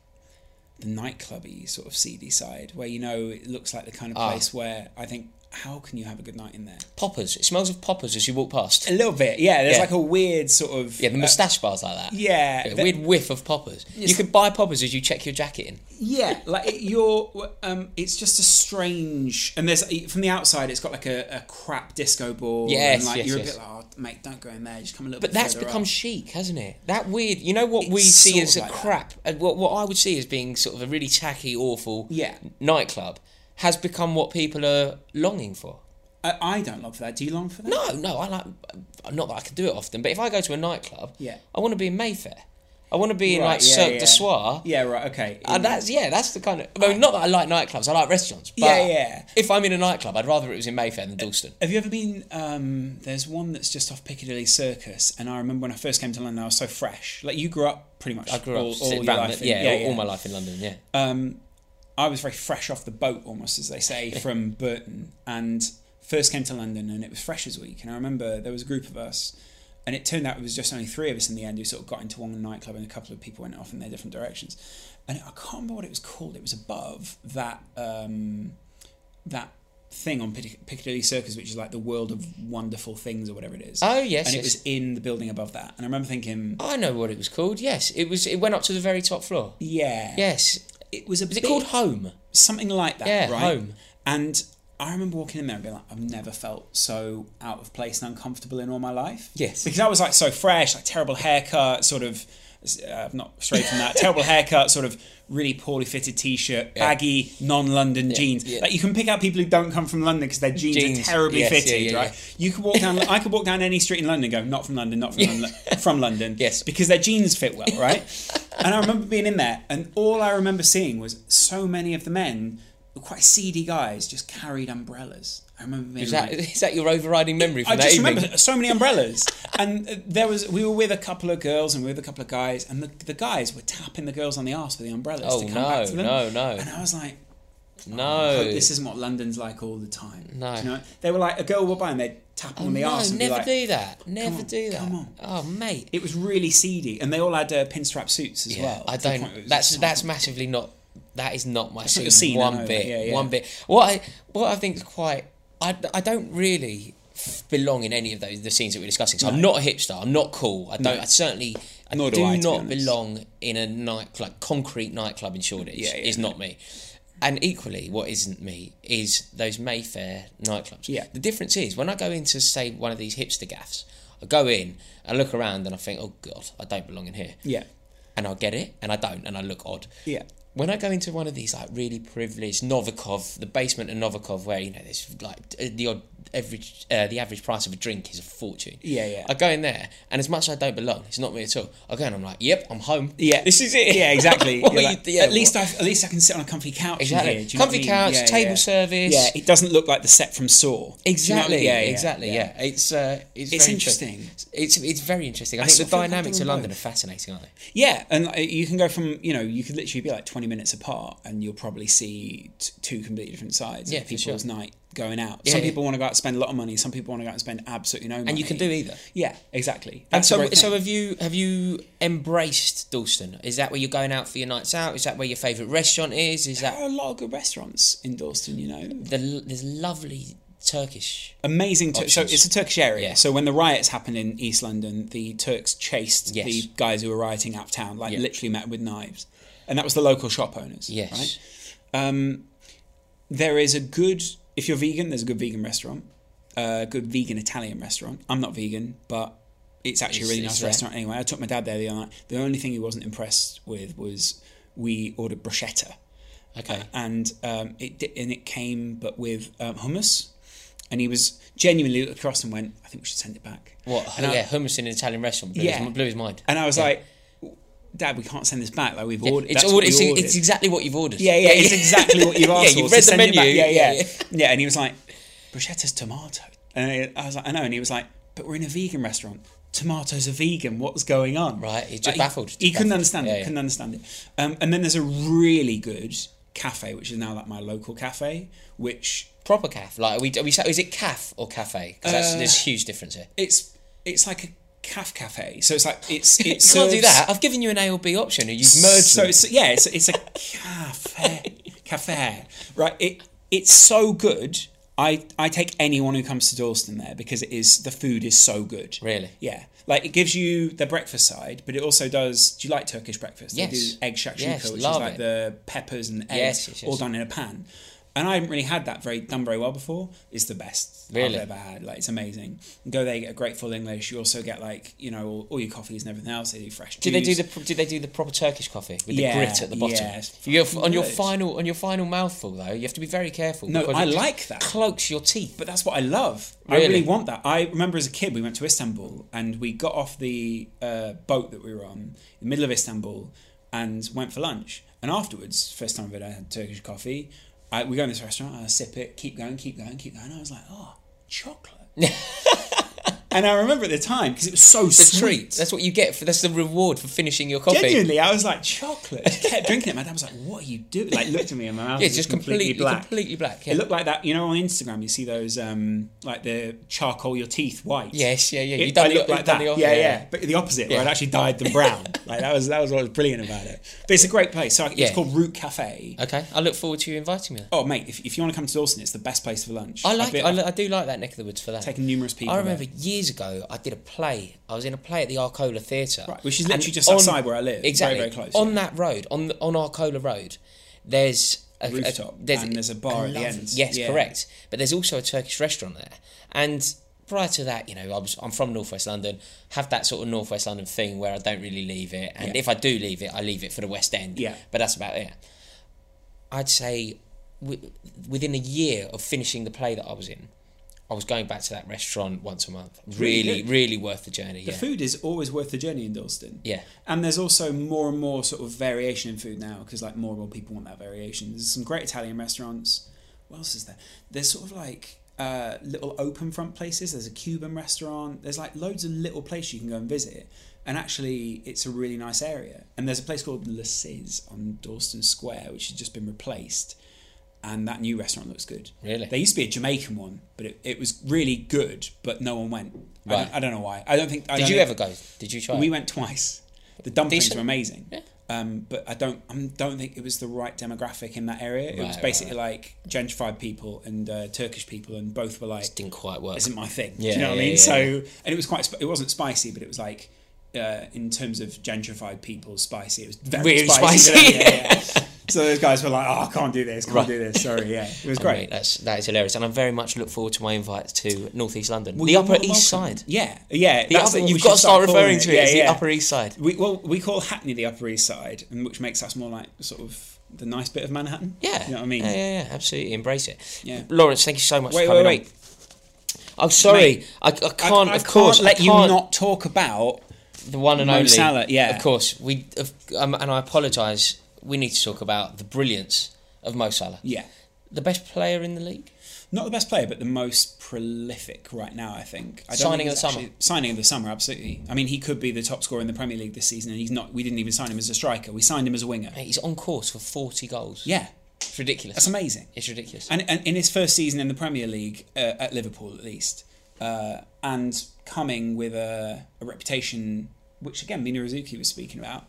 C: the nightclubby sort of CD side, where you know it looks like the kind of
B: Ah.
C: place where I think how can you have a good night in there?
B: Poppers. It smells of poppers as you walk past.
C: A little bit, yeah. There's
B: Yeah.
C: like a weird sort of
B: Yeah, the
C: uh,
B: moustache bars like that.
C: yeah,
B: A
C: that-
B: weird whiff of poppers. You can buy poppers as you check your jacket in.
C: Yeah, like it, you're. Um, it's just a strange, and there's e, from the outside, it's got like a, a crap disco ball.
B: Yes,
C: and like
B: yes,
C: you're
B: yes.
C: a bit like, oh, mate, don't go in there. Just come a little.
B: But
C: bit
B: that's
C: further
B: become
C: up."
B: chic, hasn't it? That weird. You know what we
C: It's
B: see
C: sort
B: as a
C: of like that.
B: crap, and what what I would see as being sort of a really tacky, awful
C: Yeah.
B: nightclub, has become what people are longing for.
C: I, I don't long for that. Do you long for that?
B: No, no, I like not that I can do it often, but if I go to a nightclub,
C: Yeah.
B: I want to be in Mayfair. I want to be in
C: Right,
B: like
C: yeah,
B: Cirque
C: yeah.
B: du Soir.
C: Yeah, right. Okay.
B: And that's yeah, that's the kind of. I mean, not that I like nightclubs. I like restaurants. But
C: Yeah, yeah.
B: If I'm in a nightclub, I'd rather it was in Mayfair than Dalston.
C: Have you ever been? Um, there's one that's just off Piccadilly Circus, and I remember when I first came to London, I was so fresh. Like you grew up pretty much.
B: I grew
C: all,
B: up
C: all
B: all
C: your life. in-
B: yeah, all, all my life in London. Yeah, Uh,
C: I was very fresh off the boat, almost as they say, from Burton, and first came to London, and it was Freshers Week, and I remember there was a group of us, and it turned out it was just only three of us in the end who sort of got into one nightclub, and a couple of people went off in their different directions, and I can't remember what it was called. It was above that um, that thing on Pic- Piccadilly Circus, which is like the world of wonderful things or whatever it is.
B: Oh, yes,
C: and
B: yes.
C: it was in the building above that, and I remember thinking,
B: I know what it was called. Yes, it was. It went up to the very top floor.
C: yeah,
B: Yes,
C: It was a
B: was it
C: bit-
B: called Home?
C: something like that,
B: Yeah,
C: right?
B: home.
C: And I remember walking in there and being like, I've never felt so out of place and uncomfortable in all my life.
B: Yes.
C: because I was like so fresh, like terrible haircut, sort of. uh, I've not straight from that terrible haircut, sort of really poorly fitted t-shirt, baggy non-London jeans.
B: yeah.
C: Like you can pick out people who don't come from London because their jeans,
B: Jeans,
C: are terribly
B: yes, yeah,
C: fitted,
B: yeah,
C: right? You could walk down. I could walk down any street in London. and Go, not from London, not from London, from London.
B: Yes.
C: because their jeans fit well, right? and I remember being in there, and all I remember seeing was so many of the men, were quite seedy guys, just carried umbrellas. I remember being
B: Is that
C: like,
B: is that your overriding memory from
C: Mm. I
B: that
C: just
B: evening?
C: remember so many umbrellas, and uh, there was we were with a couple of girls and we were with a couple of guys, and the, the guys were tapping the girls on the arse with the umbrellas
B: Oh,
C: to come
B: no,
C: back to them.
B: no, no.
C: And I was like, I
B: no,
C: hope this isn't what London's like all the time.
B: No. Oh,
C: Do you know? They were like, a girl would by and they'd tap on the
B: no,
C: arse and
B: never
C: be like,
B: do that. Never
C: on,
B: do that.
C: come on.
B: Oh, mate.
C: It was really seedy, and they all had uh, pinstripe suits as well.
B: I
C: to the point where it
B: don't.
C: was
B: That's
C: just
B: that's
C: like-
B: massively not. That is not my
C: not
B: scene.
C: your scene, I
B: one
C: know that,
B: bit.
C: yeah, yeah.
B: One bit. What I what I think is quite. I, I don't really f- belong in any of those the scenes that we're discussing. So I'm not a hipster. I'm not cool. I don't. I certainly. I
C: Nor do
B: do
C: I, to be
B: not
C: honest.
B: belong in a night like concrete nightclub in Shoreditch.
C: Yeah, yeah,
B: is
C: no.
B: not me. And equally, what isn't me is those Mayfair nightclubs.
C: Yeah.
B: The difference is when I go into say one of these hipster gaffs, I go in and look around and I think, oh god, I don't belong in here
C: yeah,
B: and I'll get it, and I don't, and I look odd.
C: Yeah.
B: When I go into one of these like really privileged Novikov, the basement of Novikov, where you know there's like uh, the odd average, uh, the average price of a drink is a fortune.
C: Yeah, yeah.
B: I go in there, and as much as I don't belong, it's not me at all. I go and I'm like, yep, I'm home.
C: yeah.
B: this is it.
C: Yeah, exactly.
B: What
C: You're
B: are
C: like,
B: you- yeah,
C: at least
B: what-
C: I at least I can sit on a comfy couch. in
B: Exactly.
C: here, do you know what I
B: Comfy
C: mean?
B: couch,
C: Yeah,
B: table
C: yeah.
B: service.
C: Yeah, it doesn't look like the set from Saw. Do you know what I mean?
B: Exactly.
C: Yeah, yeah,
B: exactly. Yeah. It's uh, it's,
C: It's
B: very
C: interesting.
B: It's it's very interesting. I,
C: I
B: think the
C: sort of feel like
B: dynamics
C: doing
B: of London
C: both.
B: are fascinating, aren't they?
C: Yeah, and like, you can go from you know you could literally be like twenty minutes apart, and you'll probably see t- two completely different sides
B: Yeah,
C: of
B: for sure.
C: people's night going out.
B: Yeah,
C: some
B: yeah.
C: people want to go out and spend a lot of money. Some people want to go out and spend absolutely no money.
B: and you can do either.
C: Yeah, exactly.
B: And
C: That's a
B: so,
C: great
B: so
C: thing.
B: have you have you embraced Dalston? Is that where you're going out for your nights out? Is that where your favourite restaurant is? Is
C: there are
B: that
C: a lot of good restaurants in Dalston, you know.
B: the there's lovely Turkish?
C: Amazing. Tur- so
B: Options.
C: it's a Turkish area.
B: Yeah.
C: So when the riots happened in East London, the Turks chased
B: Yes.
C: the guys who were rioting out of town, like
B: Yeah.
C: literally met with knives. And that was the local shop owners.
B: Yes.
C: Right? There is a good, if you're vegan, there's a good vegan restaurant, uh, a good vegan Italian restaurant. I'm not vegan, but it's actually
B: It's-
C: a really
B: it's
C: nice
B: there.
C: restaurant anyway. I took my dad there the other night. The only thing he wasn't impressed with was we ordered bruschetta.
B: Okay.
C: and um, it di- and it came but with um, hummus, and he was genuinely looked across and went, "I think we should send it back."
B: What? oh,
C: And I-
B: yeah, hummus in an Italian restaurant. Blew,
C: Yeah.
B: his, blew his mind.
C: And I was
B: Yeah.
C: like, "Dad, we can't send this back. Like we've
B: Yeah,
C: ordered.
B: it's,
C: that's
B: all,
C: what we
B: it's,
C: ordered."
B: it's exactly what you've ordered.
C: yeah, yeah, it's exactly what you've asked
B: yeah,
C: for,
B: you've
C: so
B: read the
C: send it
B: menu.
C: back. Yeah, yeah,
B: yeah.
C: yeah. And he was like, "Bruschetta's tomato," and I, I was like, "I know." And he was like, "But we're in a vegan restaurant. Tomatoes are vegan. What's going on?"
B: Right, he just
C: Like,
B: baffled, just
C: He, couldn't
B: baffled.
C: understand
B: Yeah,
C: it.
B: yeah.
C: Couldn't understand it. Um, and then there's a really good cafe, which is now like my local cafe, which
B: Proper calf. Like, are we, are we, is it calf or cafe? Because there's
C: Uh,
B: a huge difference here.
C: it's it's like a calf cafe. So it's like it's
B: You can't
C: it's
B: do that. I've given you an A or B option, and you've merged.
C: So
B: them.
C: it's yeah, it's it's a cafe cafe. Right. It it's so good. I, I take anyone who comes to Dalston there because it is the food is so good.
B: Really?
C: Yeah. Like it gives you the breakfast side, but it also does. Do you like Turkish breakfast? They
B: Yes.
C: do egg shakshuka,
B: Yes,
C: which is
B: love
C: like
B: it.
C: the peppers and eggs
B: Yes, yes, yes.
C: all done in a pan. And I haven't really had that very done very well before. It's the best
B: Really?
C: I've ever had. Like it's amazing. You go there, you get a great full English. You also get like you know all, all your coffees and everything else. They do fresh.
B: Do they do
C: juice.
B: the do they do the proper Turkish coffee with
C: Yeah,
B: the grit at the bottom?
C: yeah, it's
B: You
C: fucking
B: have- on your
C: good.
B: final on your final mouthful though, you have to be very careful.
C: No,
B: because
C: I
B: it just
C: like that.
B: Cloaks your teeth.
C: But that's what I love. I
B: Really?
C: really want that. I remember as a kid, we went to Istanbul and we got off the uh, boat that we were on in the middle of Istanbul and went for lunch. And afterwards, first time I've ever had Turkish coffee, I, we go in this restaurant, I sip it, keep going, keep going, keep going. I was like, oh, chocolate. and I remember at the time because it was so
B: the
C: sweet.
B: treat. That's what you get. For, that's the reward for finishing your coffee.
C: Genuinely, I was like, chocolate. Just kept drinking it. My dad was like, what are you doing? Like, looked at me and my mouth
B: Yeah,
C: was
B: just
C: completely,
B: completely
C: black.
B: completely black. Yeah.
C: It looked like that, you know, on Instagram, you see those, um, like the charcoal your teeth white.
B: Yes, yeah, yeah.
C: It,
B: You done
C: I
B: the-
C: looked
B: you
C: like
B: done
C: that.
B: the op-
C: yeah,
B: yeah,
C: yeah,
B: yeah.
C: But the opposite,
B: Yeah.
C: where I'd actually dyed them brown. like that was that was what was brilliant about it. But it's a great place. So it's
B: Yeah.
C: called Root Cafe.
B: okay, I look forward to you inviting me. There.
C: Oh, mate, if, if you want to come to Dawson, it's the best place for lunch.
B: I
C: I've
B: like
C: been-
B: I, li- I do like that neck of the woods for that.
C: Taken numerous people
B: I
C: there.
B: remember years ago I did a play. I was in a play at the Arcola Theatre,
C: Right, which is
B: And
C: literally just outside where I live. Very,
B: Exactly,
C: very close,
B: On
C: yeah.
B: that road, on the, on Arcola Road, there's a a-
C: Rooftop, and there's a bar at the
B: lovely-
C: end.
B: Yes,
C: Yeah.
B: correct. But there's also a Turkish restaurant there, and. Prior to that, you know, I was, I'm from Northwest London, have that sort of Northwest London thing where I don't really leave it. And
C: Yeah.
B: if I do leave it, I leave it for the West End.
C: Yeah.
B: But that's about it. I'd say wi- within a year of finishing the play that I was in, I was going back to that restaurant once a month.
C: really
B: Really, really,
C: good.
B: worth the journey.
C: The
B: yeah.
C: food is always worth the journey in Dalston.
B: Yeah.
C: And there's also more and more sort of variation in food now because like more and more people want that variation. There's some great Italian restaurants. What else is there? There's sort of like uh, little open front places. There's a Cuban restaurant. There's like loads of little places you can go and visit. And actually, it's a really nice area. And there's a place called Le Cis on Dalston Square, which has just been replaced. And that new restaurant looks good.
B: Really?
C: There used to be a Jamaican one, but it, it was really good, but no one went. I
B: Right.
C: don't- I don't know why. I don't think. I
B: Did
C: don't
B: you
C: think-
B: ever go? Did you try?
C: We
B: it?
C: went twice. The dumplings
B: Decent.
C: were amazing.
B: Yeah.
C: Um, but I don't, I don't think it was the right demographic in that area. it
B: Right,
C: was
B: right,
C: basically like gentrified people and uh, Turkish people, and both were like,
B: It didn't quite work.
C: "Isn't my thing."
B: Yeah,
C: Do you know what
B: yeah,
C: I mean?
B: yeah,
C: so,
B: yeah.
C: and it was quite, sp- it wasn't spicy, but it was like, uh, in terms of gentrified people, spicy. It was very
B: Really
C: spicy.
B: spicy.
C: Yeah, yeah, yeah. so those guys were like, "Oh, I can't do this, can't do this." Sorry, yeah, it was
B: Oh,
C: great.
B: mate, that's that is hilarious, and I very much look forward to my invite to North East London,
C: Well,
B: the
C: you're
B: Upper
C: more
B: East
C: welcome.
B: Side.
C: Yeah, yeah.
B: The
C: that's
B: upper-
C: what we
B: you've
C: should
B: got to start
C: calling
B: referring to it as the Upper East Side.
C: We, well, we call Hackney the Upper East Side, and which makes us more like sort of the nice bit of Manhattan.
B: Yeah.
C: you know what I mean.
B: Yeah, yeah, yeah, absolutely. Embrace it.
C: Yeah.
B: Lawrence, thank you so much
C: Wait,
B: for coming
C: wait, wait.
B: on. I'm sorry.
C: Mate,
B: I, I can't,
C: I, I
B: of course.
C: can't let
B: I
C: you
B: can't-
C: not talk about.
B: the one and
C: Mo
B: only
C: Salah, yeah.
B: of course. We of, um, and I apologise. We need to talk about the brilliance of Mo Salah.
C: Yeah,
B: the best player in the league.
C: not the best player, but the most prolific right now. I think I
B: Signing
C: think
B: of
C: he's
B: the summer.
C: actually- Signing of the summer, absolutely. I mean, he could be the top scorer in the Premier League this season, and he's not. We didn't even sign him as a striker. We signed him as a winger.
B: Mate, He's on course for forty goals.
C: Yeah,
B: It's ridiculous.
C: That's amazing.
B: It's ridiculous.
C: And, and in his first season in the Premier League, uh, at Liverpool at least, uh, and coming with a, a reputation, which again, Mina Rizuki was speaking about,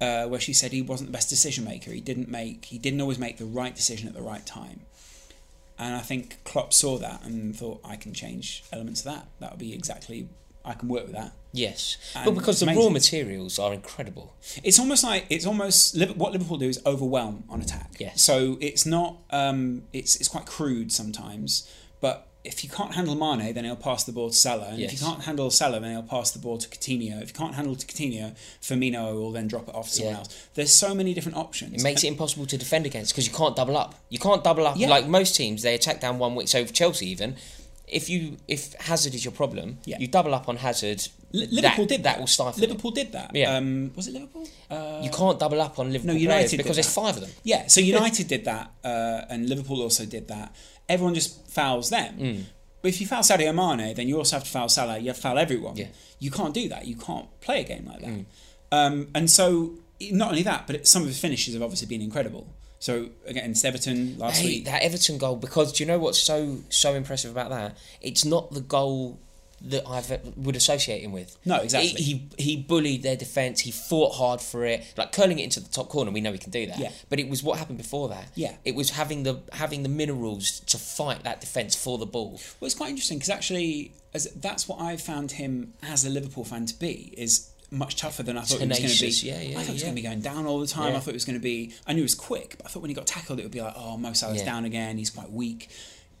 C: uh, where she said he wasn't the best decision maker. He didn't make, he didn't always make the right decision at the right time. And I think Klopp saw that and thought, I can change elements of that. That would be exactly, I can work with that.
B: yes,
C: And
B: but because the
C: amazing.
B: raw materials are incredible.
C: It's almost like it's almost Liv- what Liverpool do is overwhelm on attack.
B: Yes.
C: So it's not um, it's it's quite crude sometimes, but if you can't handle Mane, then he'll pass the ball to Salah, and if
B: Yes.
C: you can't handle Salah, then he'll pass the ball to Coutinho. If you can't handle to Coutinho, Firmino will then drop it off to someone
B: Yeah.
C: else. There's so many different options.
B: It makes it
C: And-
B: impossible to defend against because you can't double up. You can't double up
C: Yeah.
B: like most teams. They attack down one wing. So for Chelsea, even if you if Hazard is your problem,
C: Yeah.
B: you double up on Hazard.
C: Li- Liverpool
B: that,
C: did
B: that will stifle. it.
C: Liverpool did that.
B: Yeah.
C: Um, was it Liverpool? Uh,
B: You can't double up on Liverpool
C: No, United
B: players
C: did
B: because
C: that.
B: there's five of them.
C: Yeah, so United did that, uh, and Liverpool also did that. Everyone just fouls them.
B: Mm.
C: But if you foul Sadio Mane, then you also have to foul Salah. You have to foul everyone.
B: Yeah. Mm.
C: You can't do that. You can't play a game like that. Um, and so, not only that, but it, some of his finishes have obviously been incredible. So against Everton last
B: Hey,
C: week,
B: that Everton goal because do you know what's so so impressive about that? It's not the goal that I would associate him with.
C: No, exactly.
B: He he, he bullied their defence. He fought hard for it, like curling it into the top corner. We know he can do that.
C: Yeah.
B: But it was what happened before that.
C: Yeah.
B: It was having the having the minerals to fight that defence for the ball.
C: Well, it's quite interesting because actually, as that's what I found him as a Liverpool fan to be is much tougher than I thought he was going
B: Tenacious,
C: to be.
B: yeah, yeah,
C: I thought he was
B: yeah.
C: going to be going down all the time.
B: Yeah.
C: I thought it was going to be. I knew he was quick, but I thought when he got tackled, it would be like, oh, Mo Salah's
B: Yeah.
C: down again. He's quite weak.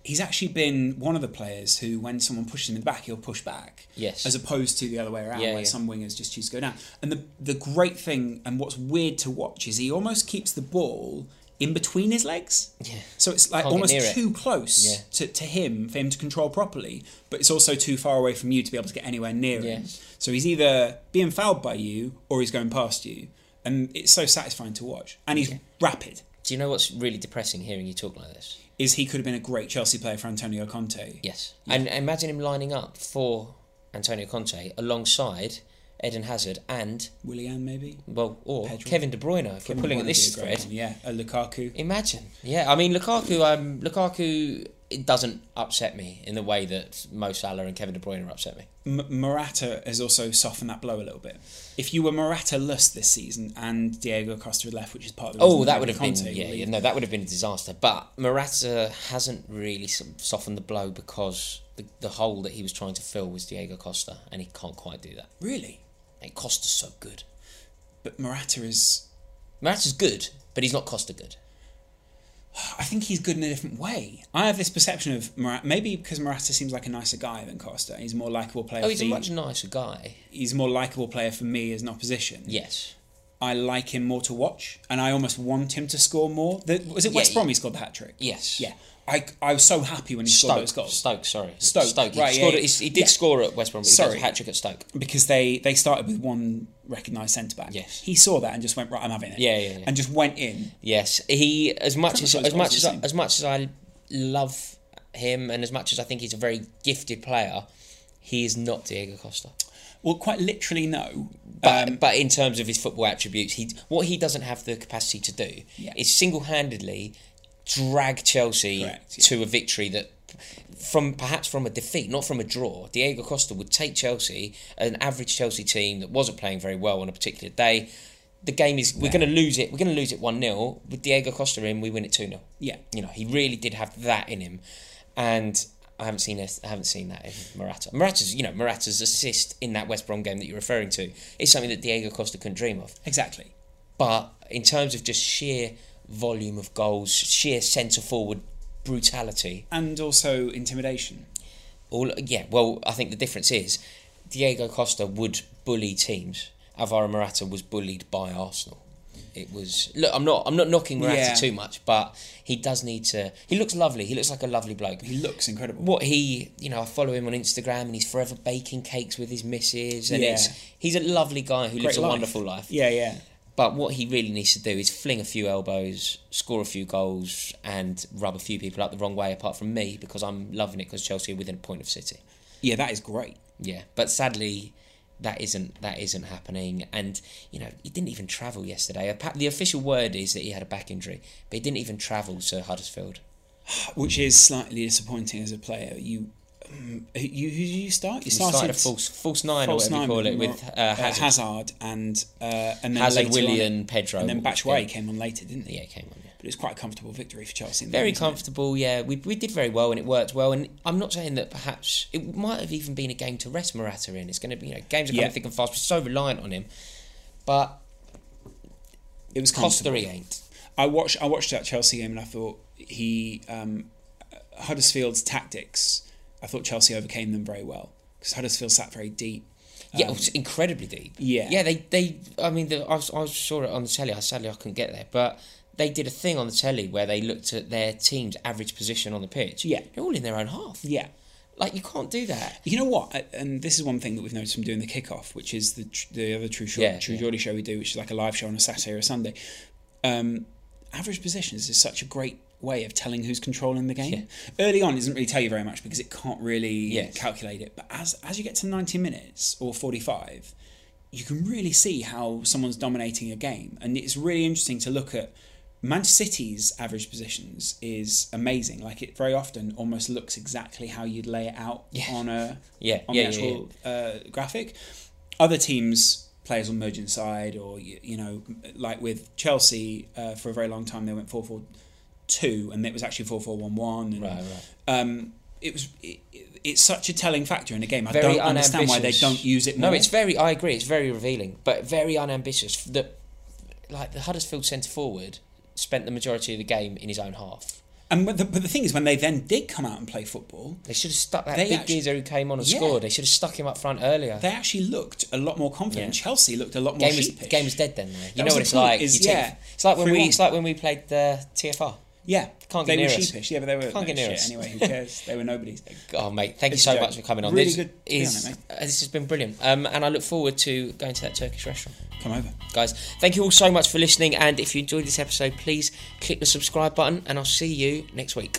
C: He's actually been one of the players who, when someone pushes him in the back, he'll push back.
B: Yes.
C: As opposed to the other way around,
B: Yeah,
C: where
B: yeah.
C: some wingers just choose to go down. And the the great thing, and what's weird to watch, is he almost keeps the ball in between his legs. Yeah. So it's like
B: Can't get near
C: almost
B: it.
C: too close
B: Yeah.
C: to, to him for him to control properly, but it's also too far away from you to be able to get anywhere near him.
B: Yes.
C: So he's either being fouled by you or he's going past you. And it's so satisfying to watch. And he's rapid.
B: Do you know what's really depressing hearing you talk like this?
C: Is he could have been a great Chelsea player for Antonio Conte.
B: Yes. And imagine him lining up for Antonio Conte alongside Eden Hazard and
C: Willian maybe?
B: well or
C: Pedro.
B: Kevin De Bruyne if we're pulling
C: Would
B: at
C: be
B: this
C: a great
B: thread.
C: one, Yeah, a Lukaku.
B: Imagine, yeah. I mean, Lukaku. Um, Lukaku. It doesn't upset me in the way that Mo Salah and Kevin De Bruyne upset me.
C: M- Morata has also softened that blow a little bit. If you were Morata less this season and Diego Costa had left, which is part of the reason
B: Oh, that would have been
C: Conte will
B: yeah,
C: leave,
B: yeah. No, that would have been a disaster. But Morata hasn't really so- softened the blow because the, the hole that he was trying to fill was Diego Costa, and he can't quite do that.
C: Really?
B: Mate, Costa's so good.
C: But Morata is
B: Morata's good, but he's not Costa good.
C: I think he's good in a different way. I have this perception of Morata, maybe because Morata seems like a nicer guy than Costa. He's a more likable player.
B: Oh,
C: for
B: he's a
C: the-
B: much nicer guy.
C: he's a more likable player for me as an opposition.
B: Yes.
C: I like him more to watch, and I almost want him to score more. The, was it
B: Yeah,
C: West Brom
B: yeah.
C: he scored the hat trick?
B: Yes.
C: Yeah, I, I was so happy when he scored
B: Stoke.
C: those goals
B: Stoke. Sorry.
C: Stoke,
B: Stoke. He,
C: right, yeah,
B: scored
C: yeah.
B: at- he, he did
C: Yeah.
B: score at West Brom. But
C: Sorry.
B: He hat trick at Stoke.
C: because they they started with one recognised centre back.
B: Yes.
C: he saw that and just went right. I'm having it.
B: Yeah, yeah, yeah.
C: and just went in.
B: Yes, he as much
C: Pretty
B: as
C: much
B: as much as I,
C: same.
B: as much as I love him and as much as I think he's a very gifted player, he is not Diego Costa.
C: Well, quite literally no.
B: But
C: Um,
B: but in terms of his football attributes, he what he doesn't have the capacity to do
C: Yeah.
B: is single handedly drag Chelsea
C: Correct, yeah.
B: to a victory that from perhaps from a defeat, not from a draw. Diego Costa would take Chelsea, an average Chelsea team that wasn't playing very well on a particular day. The game is we're going to lose it. We're going to lose it one 0 with Diego Costa in. We win it two 0
C: Yeah.
B: you know, he really did have that in him, and I haven't seen this. I haven't seen that in Morata. Morata's, you know, Morata's assist in that West Brom game that you're referring to is something that Diego Costa couldn't dream of.
C: Exactly.
B: But in terms of just sheer volume of goals, sheer centre forward brutality,
C: And also intimidation.
B: all yeah. Well, I think the difference is Diego Costa would bully teams. Alvaro Morata was bullied by Arsenal. It was look. I'm not. I'm not knocking Morata
C: Yeah.
B: too much, but he does need to. He looks lovely. He looks like a lovely bloke.
C: He looks incredible.
B: what he you know I follow him on Instagram and he's forever baking cakes with his missus and
C: Yeah.
B: it's he's a lovely guy who lives a wonderful life.
C: Yeah, yeah.
B: But what he really needs to do is fling a few elbows, score a few goals, and rub a few people up the wrong way. Apart from me, because I'm loving it because Chelsea are within a point of City.
C: Yeah, that is great.
B: Yeah, but sadly, that isn't that isn't happening. And you know, he didn't even travel yesterday. Appa- The official word is that he had a back injury, but he didn't even travel to Huddersfield.
C: which is slightly disappointing as a player. You, um, who you, who did you start?
B: He
C: You
B: started a false false nine
C: false
B: or whatever
C: nine
B: you call it with uh, Hazard,
C: Hazard and uh, and then
B: Hazard,
C: later on-
B: Willian, Pedro,
C: and then
B: Walker.
C: Batchway came on later, didn't he?
B: Yeah, came on. Yeah.
C: But it was quite a comfortable victory for Chelsea. in the
B: Very
C: end, wasn't it?
B: comfortable, yeah. We, we did very well and it worked well. And I'm not saying that perhaps it might have even been a game to rest Morata in. It's going to be, you know, games are coming
C: Yeah.
B: thick and fast. We're so reliant on him. But
C: It was
B: Costa
C: comfortable.
B: he ain't.
C: I watched I watched that Chelsea game and I thought he um, Huddersfield's tactics. I thought Chelsea overcame them very well because Huddersfield sat very deep.
B: Yeah, it was incredibly deep.
C: Um, yeah.
B: Yeah, they, they I mean, the, I, was, I saw it on the telly. I Sadly, I couldn't get there. But they did a thing on the telly where they looked at their team's average position on the pitch.
C: Yeah.
B: They're all in their own half.
C: Yeah.
B: Like, you can't do that.
C: You know what? I- And this is one thing that we've noticed from doing the kickoff, which is the tr- the other True Short,
B: Yeah,
C: True
B: yeah.
C: Geordie show we do, which is like a live show on a Saturday or a Sunday. Um, average positions is such a great way of telling who's controlling the game. Early on, it doesn't really tell you very much because it can't really
B: Yes.
C: calculate it. But as as you get to ninety minutes or forty five, you can really see how someone's dominating a game, and it's really interesting to look at. Manchester City's average positions is amazing. Like it very often almost looks exactly how you'd lay it out on a
B: Yeah,
C: on
B: yeah,
C: the
B: yeah,
C: actual Uh, graphic. Other teams, players will merge inside, or you, you know, like with Chelsea uh, for a very long time, they went four four two, and it was actually four four one one. and,
B: Right, right.
C: Um, it was it, it- it's such a telling factor in a game. I
B: very
C: don't understand why they
B: unambitious.
C: don't use it. More.
B: No, it's very. I agree. It's very revealing, but very unambitious. That like the Huddersfield centre forward spent the majority of the game in his own half.
C: and but the, but the thing is, when they then did come out and play football,
B: They should have stuck that
C: They
B: big
C: actu-
B: geezer who came on and
C: Yeah.
B: scored. They should have stuck him up front earlier.
C: they actually looked a lot more confident.
B: Yeah.
C: Chelsea looked a lot more
B: game is
C: sheepish.
B: game is dead then. Though. You know
C: was
B: what
C: the
B: it's
C: point,
B: like.
C: is,
B: You take-
C: yeah,
B: it's like when we.
C: 3-1.
B: It's like when we played the TFR.
C: Yeah,
B: Can't
C: they
B: get
C: were
B: near us.
C: sheepish. Yeah, but they were
B: Can't get
C: they were
B: near
C: shit
B: us.
C: anyway. Who cares? they were nobodies.
B: Oh mate, thank
C: It's
B: you
C: a
B: so
C: joke.
B: much for coming on.
C: Really
B: this
C: good to be
B: is
C: on it,
B: uh, this has been brilliant, um, and I look forward to going to that Turkish restaurant.
C: Come over.
B: guys thank you all so much for listening and if you enjoyed this episode please click the subscribe button and i'll see you next week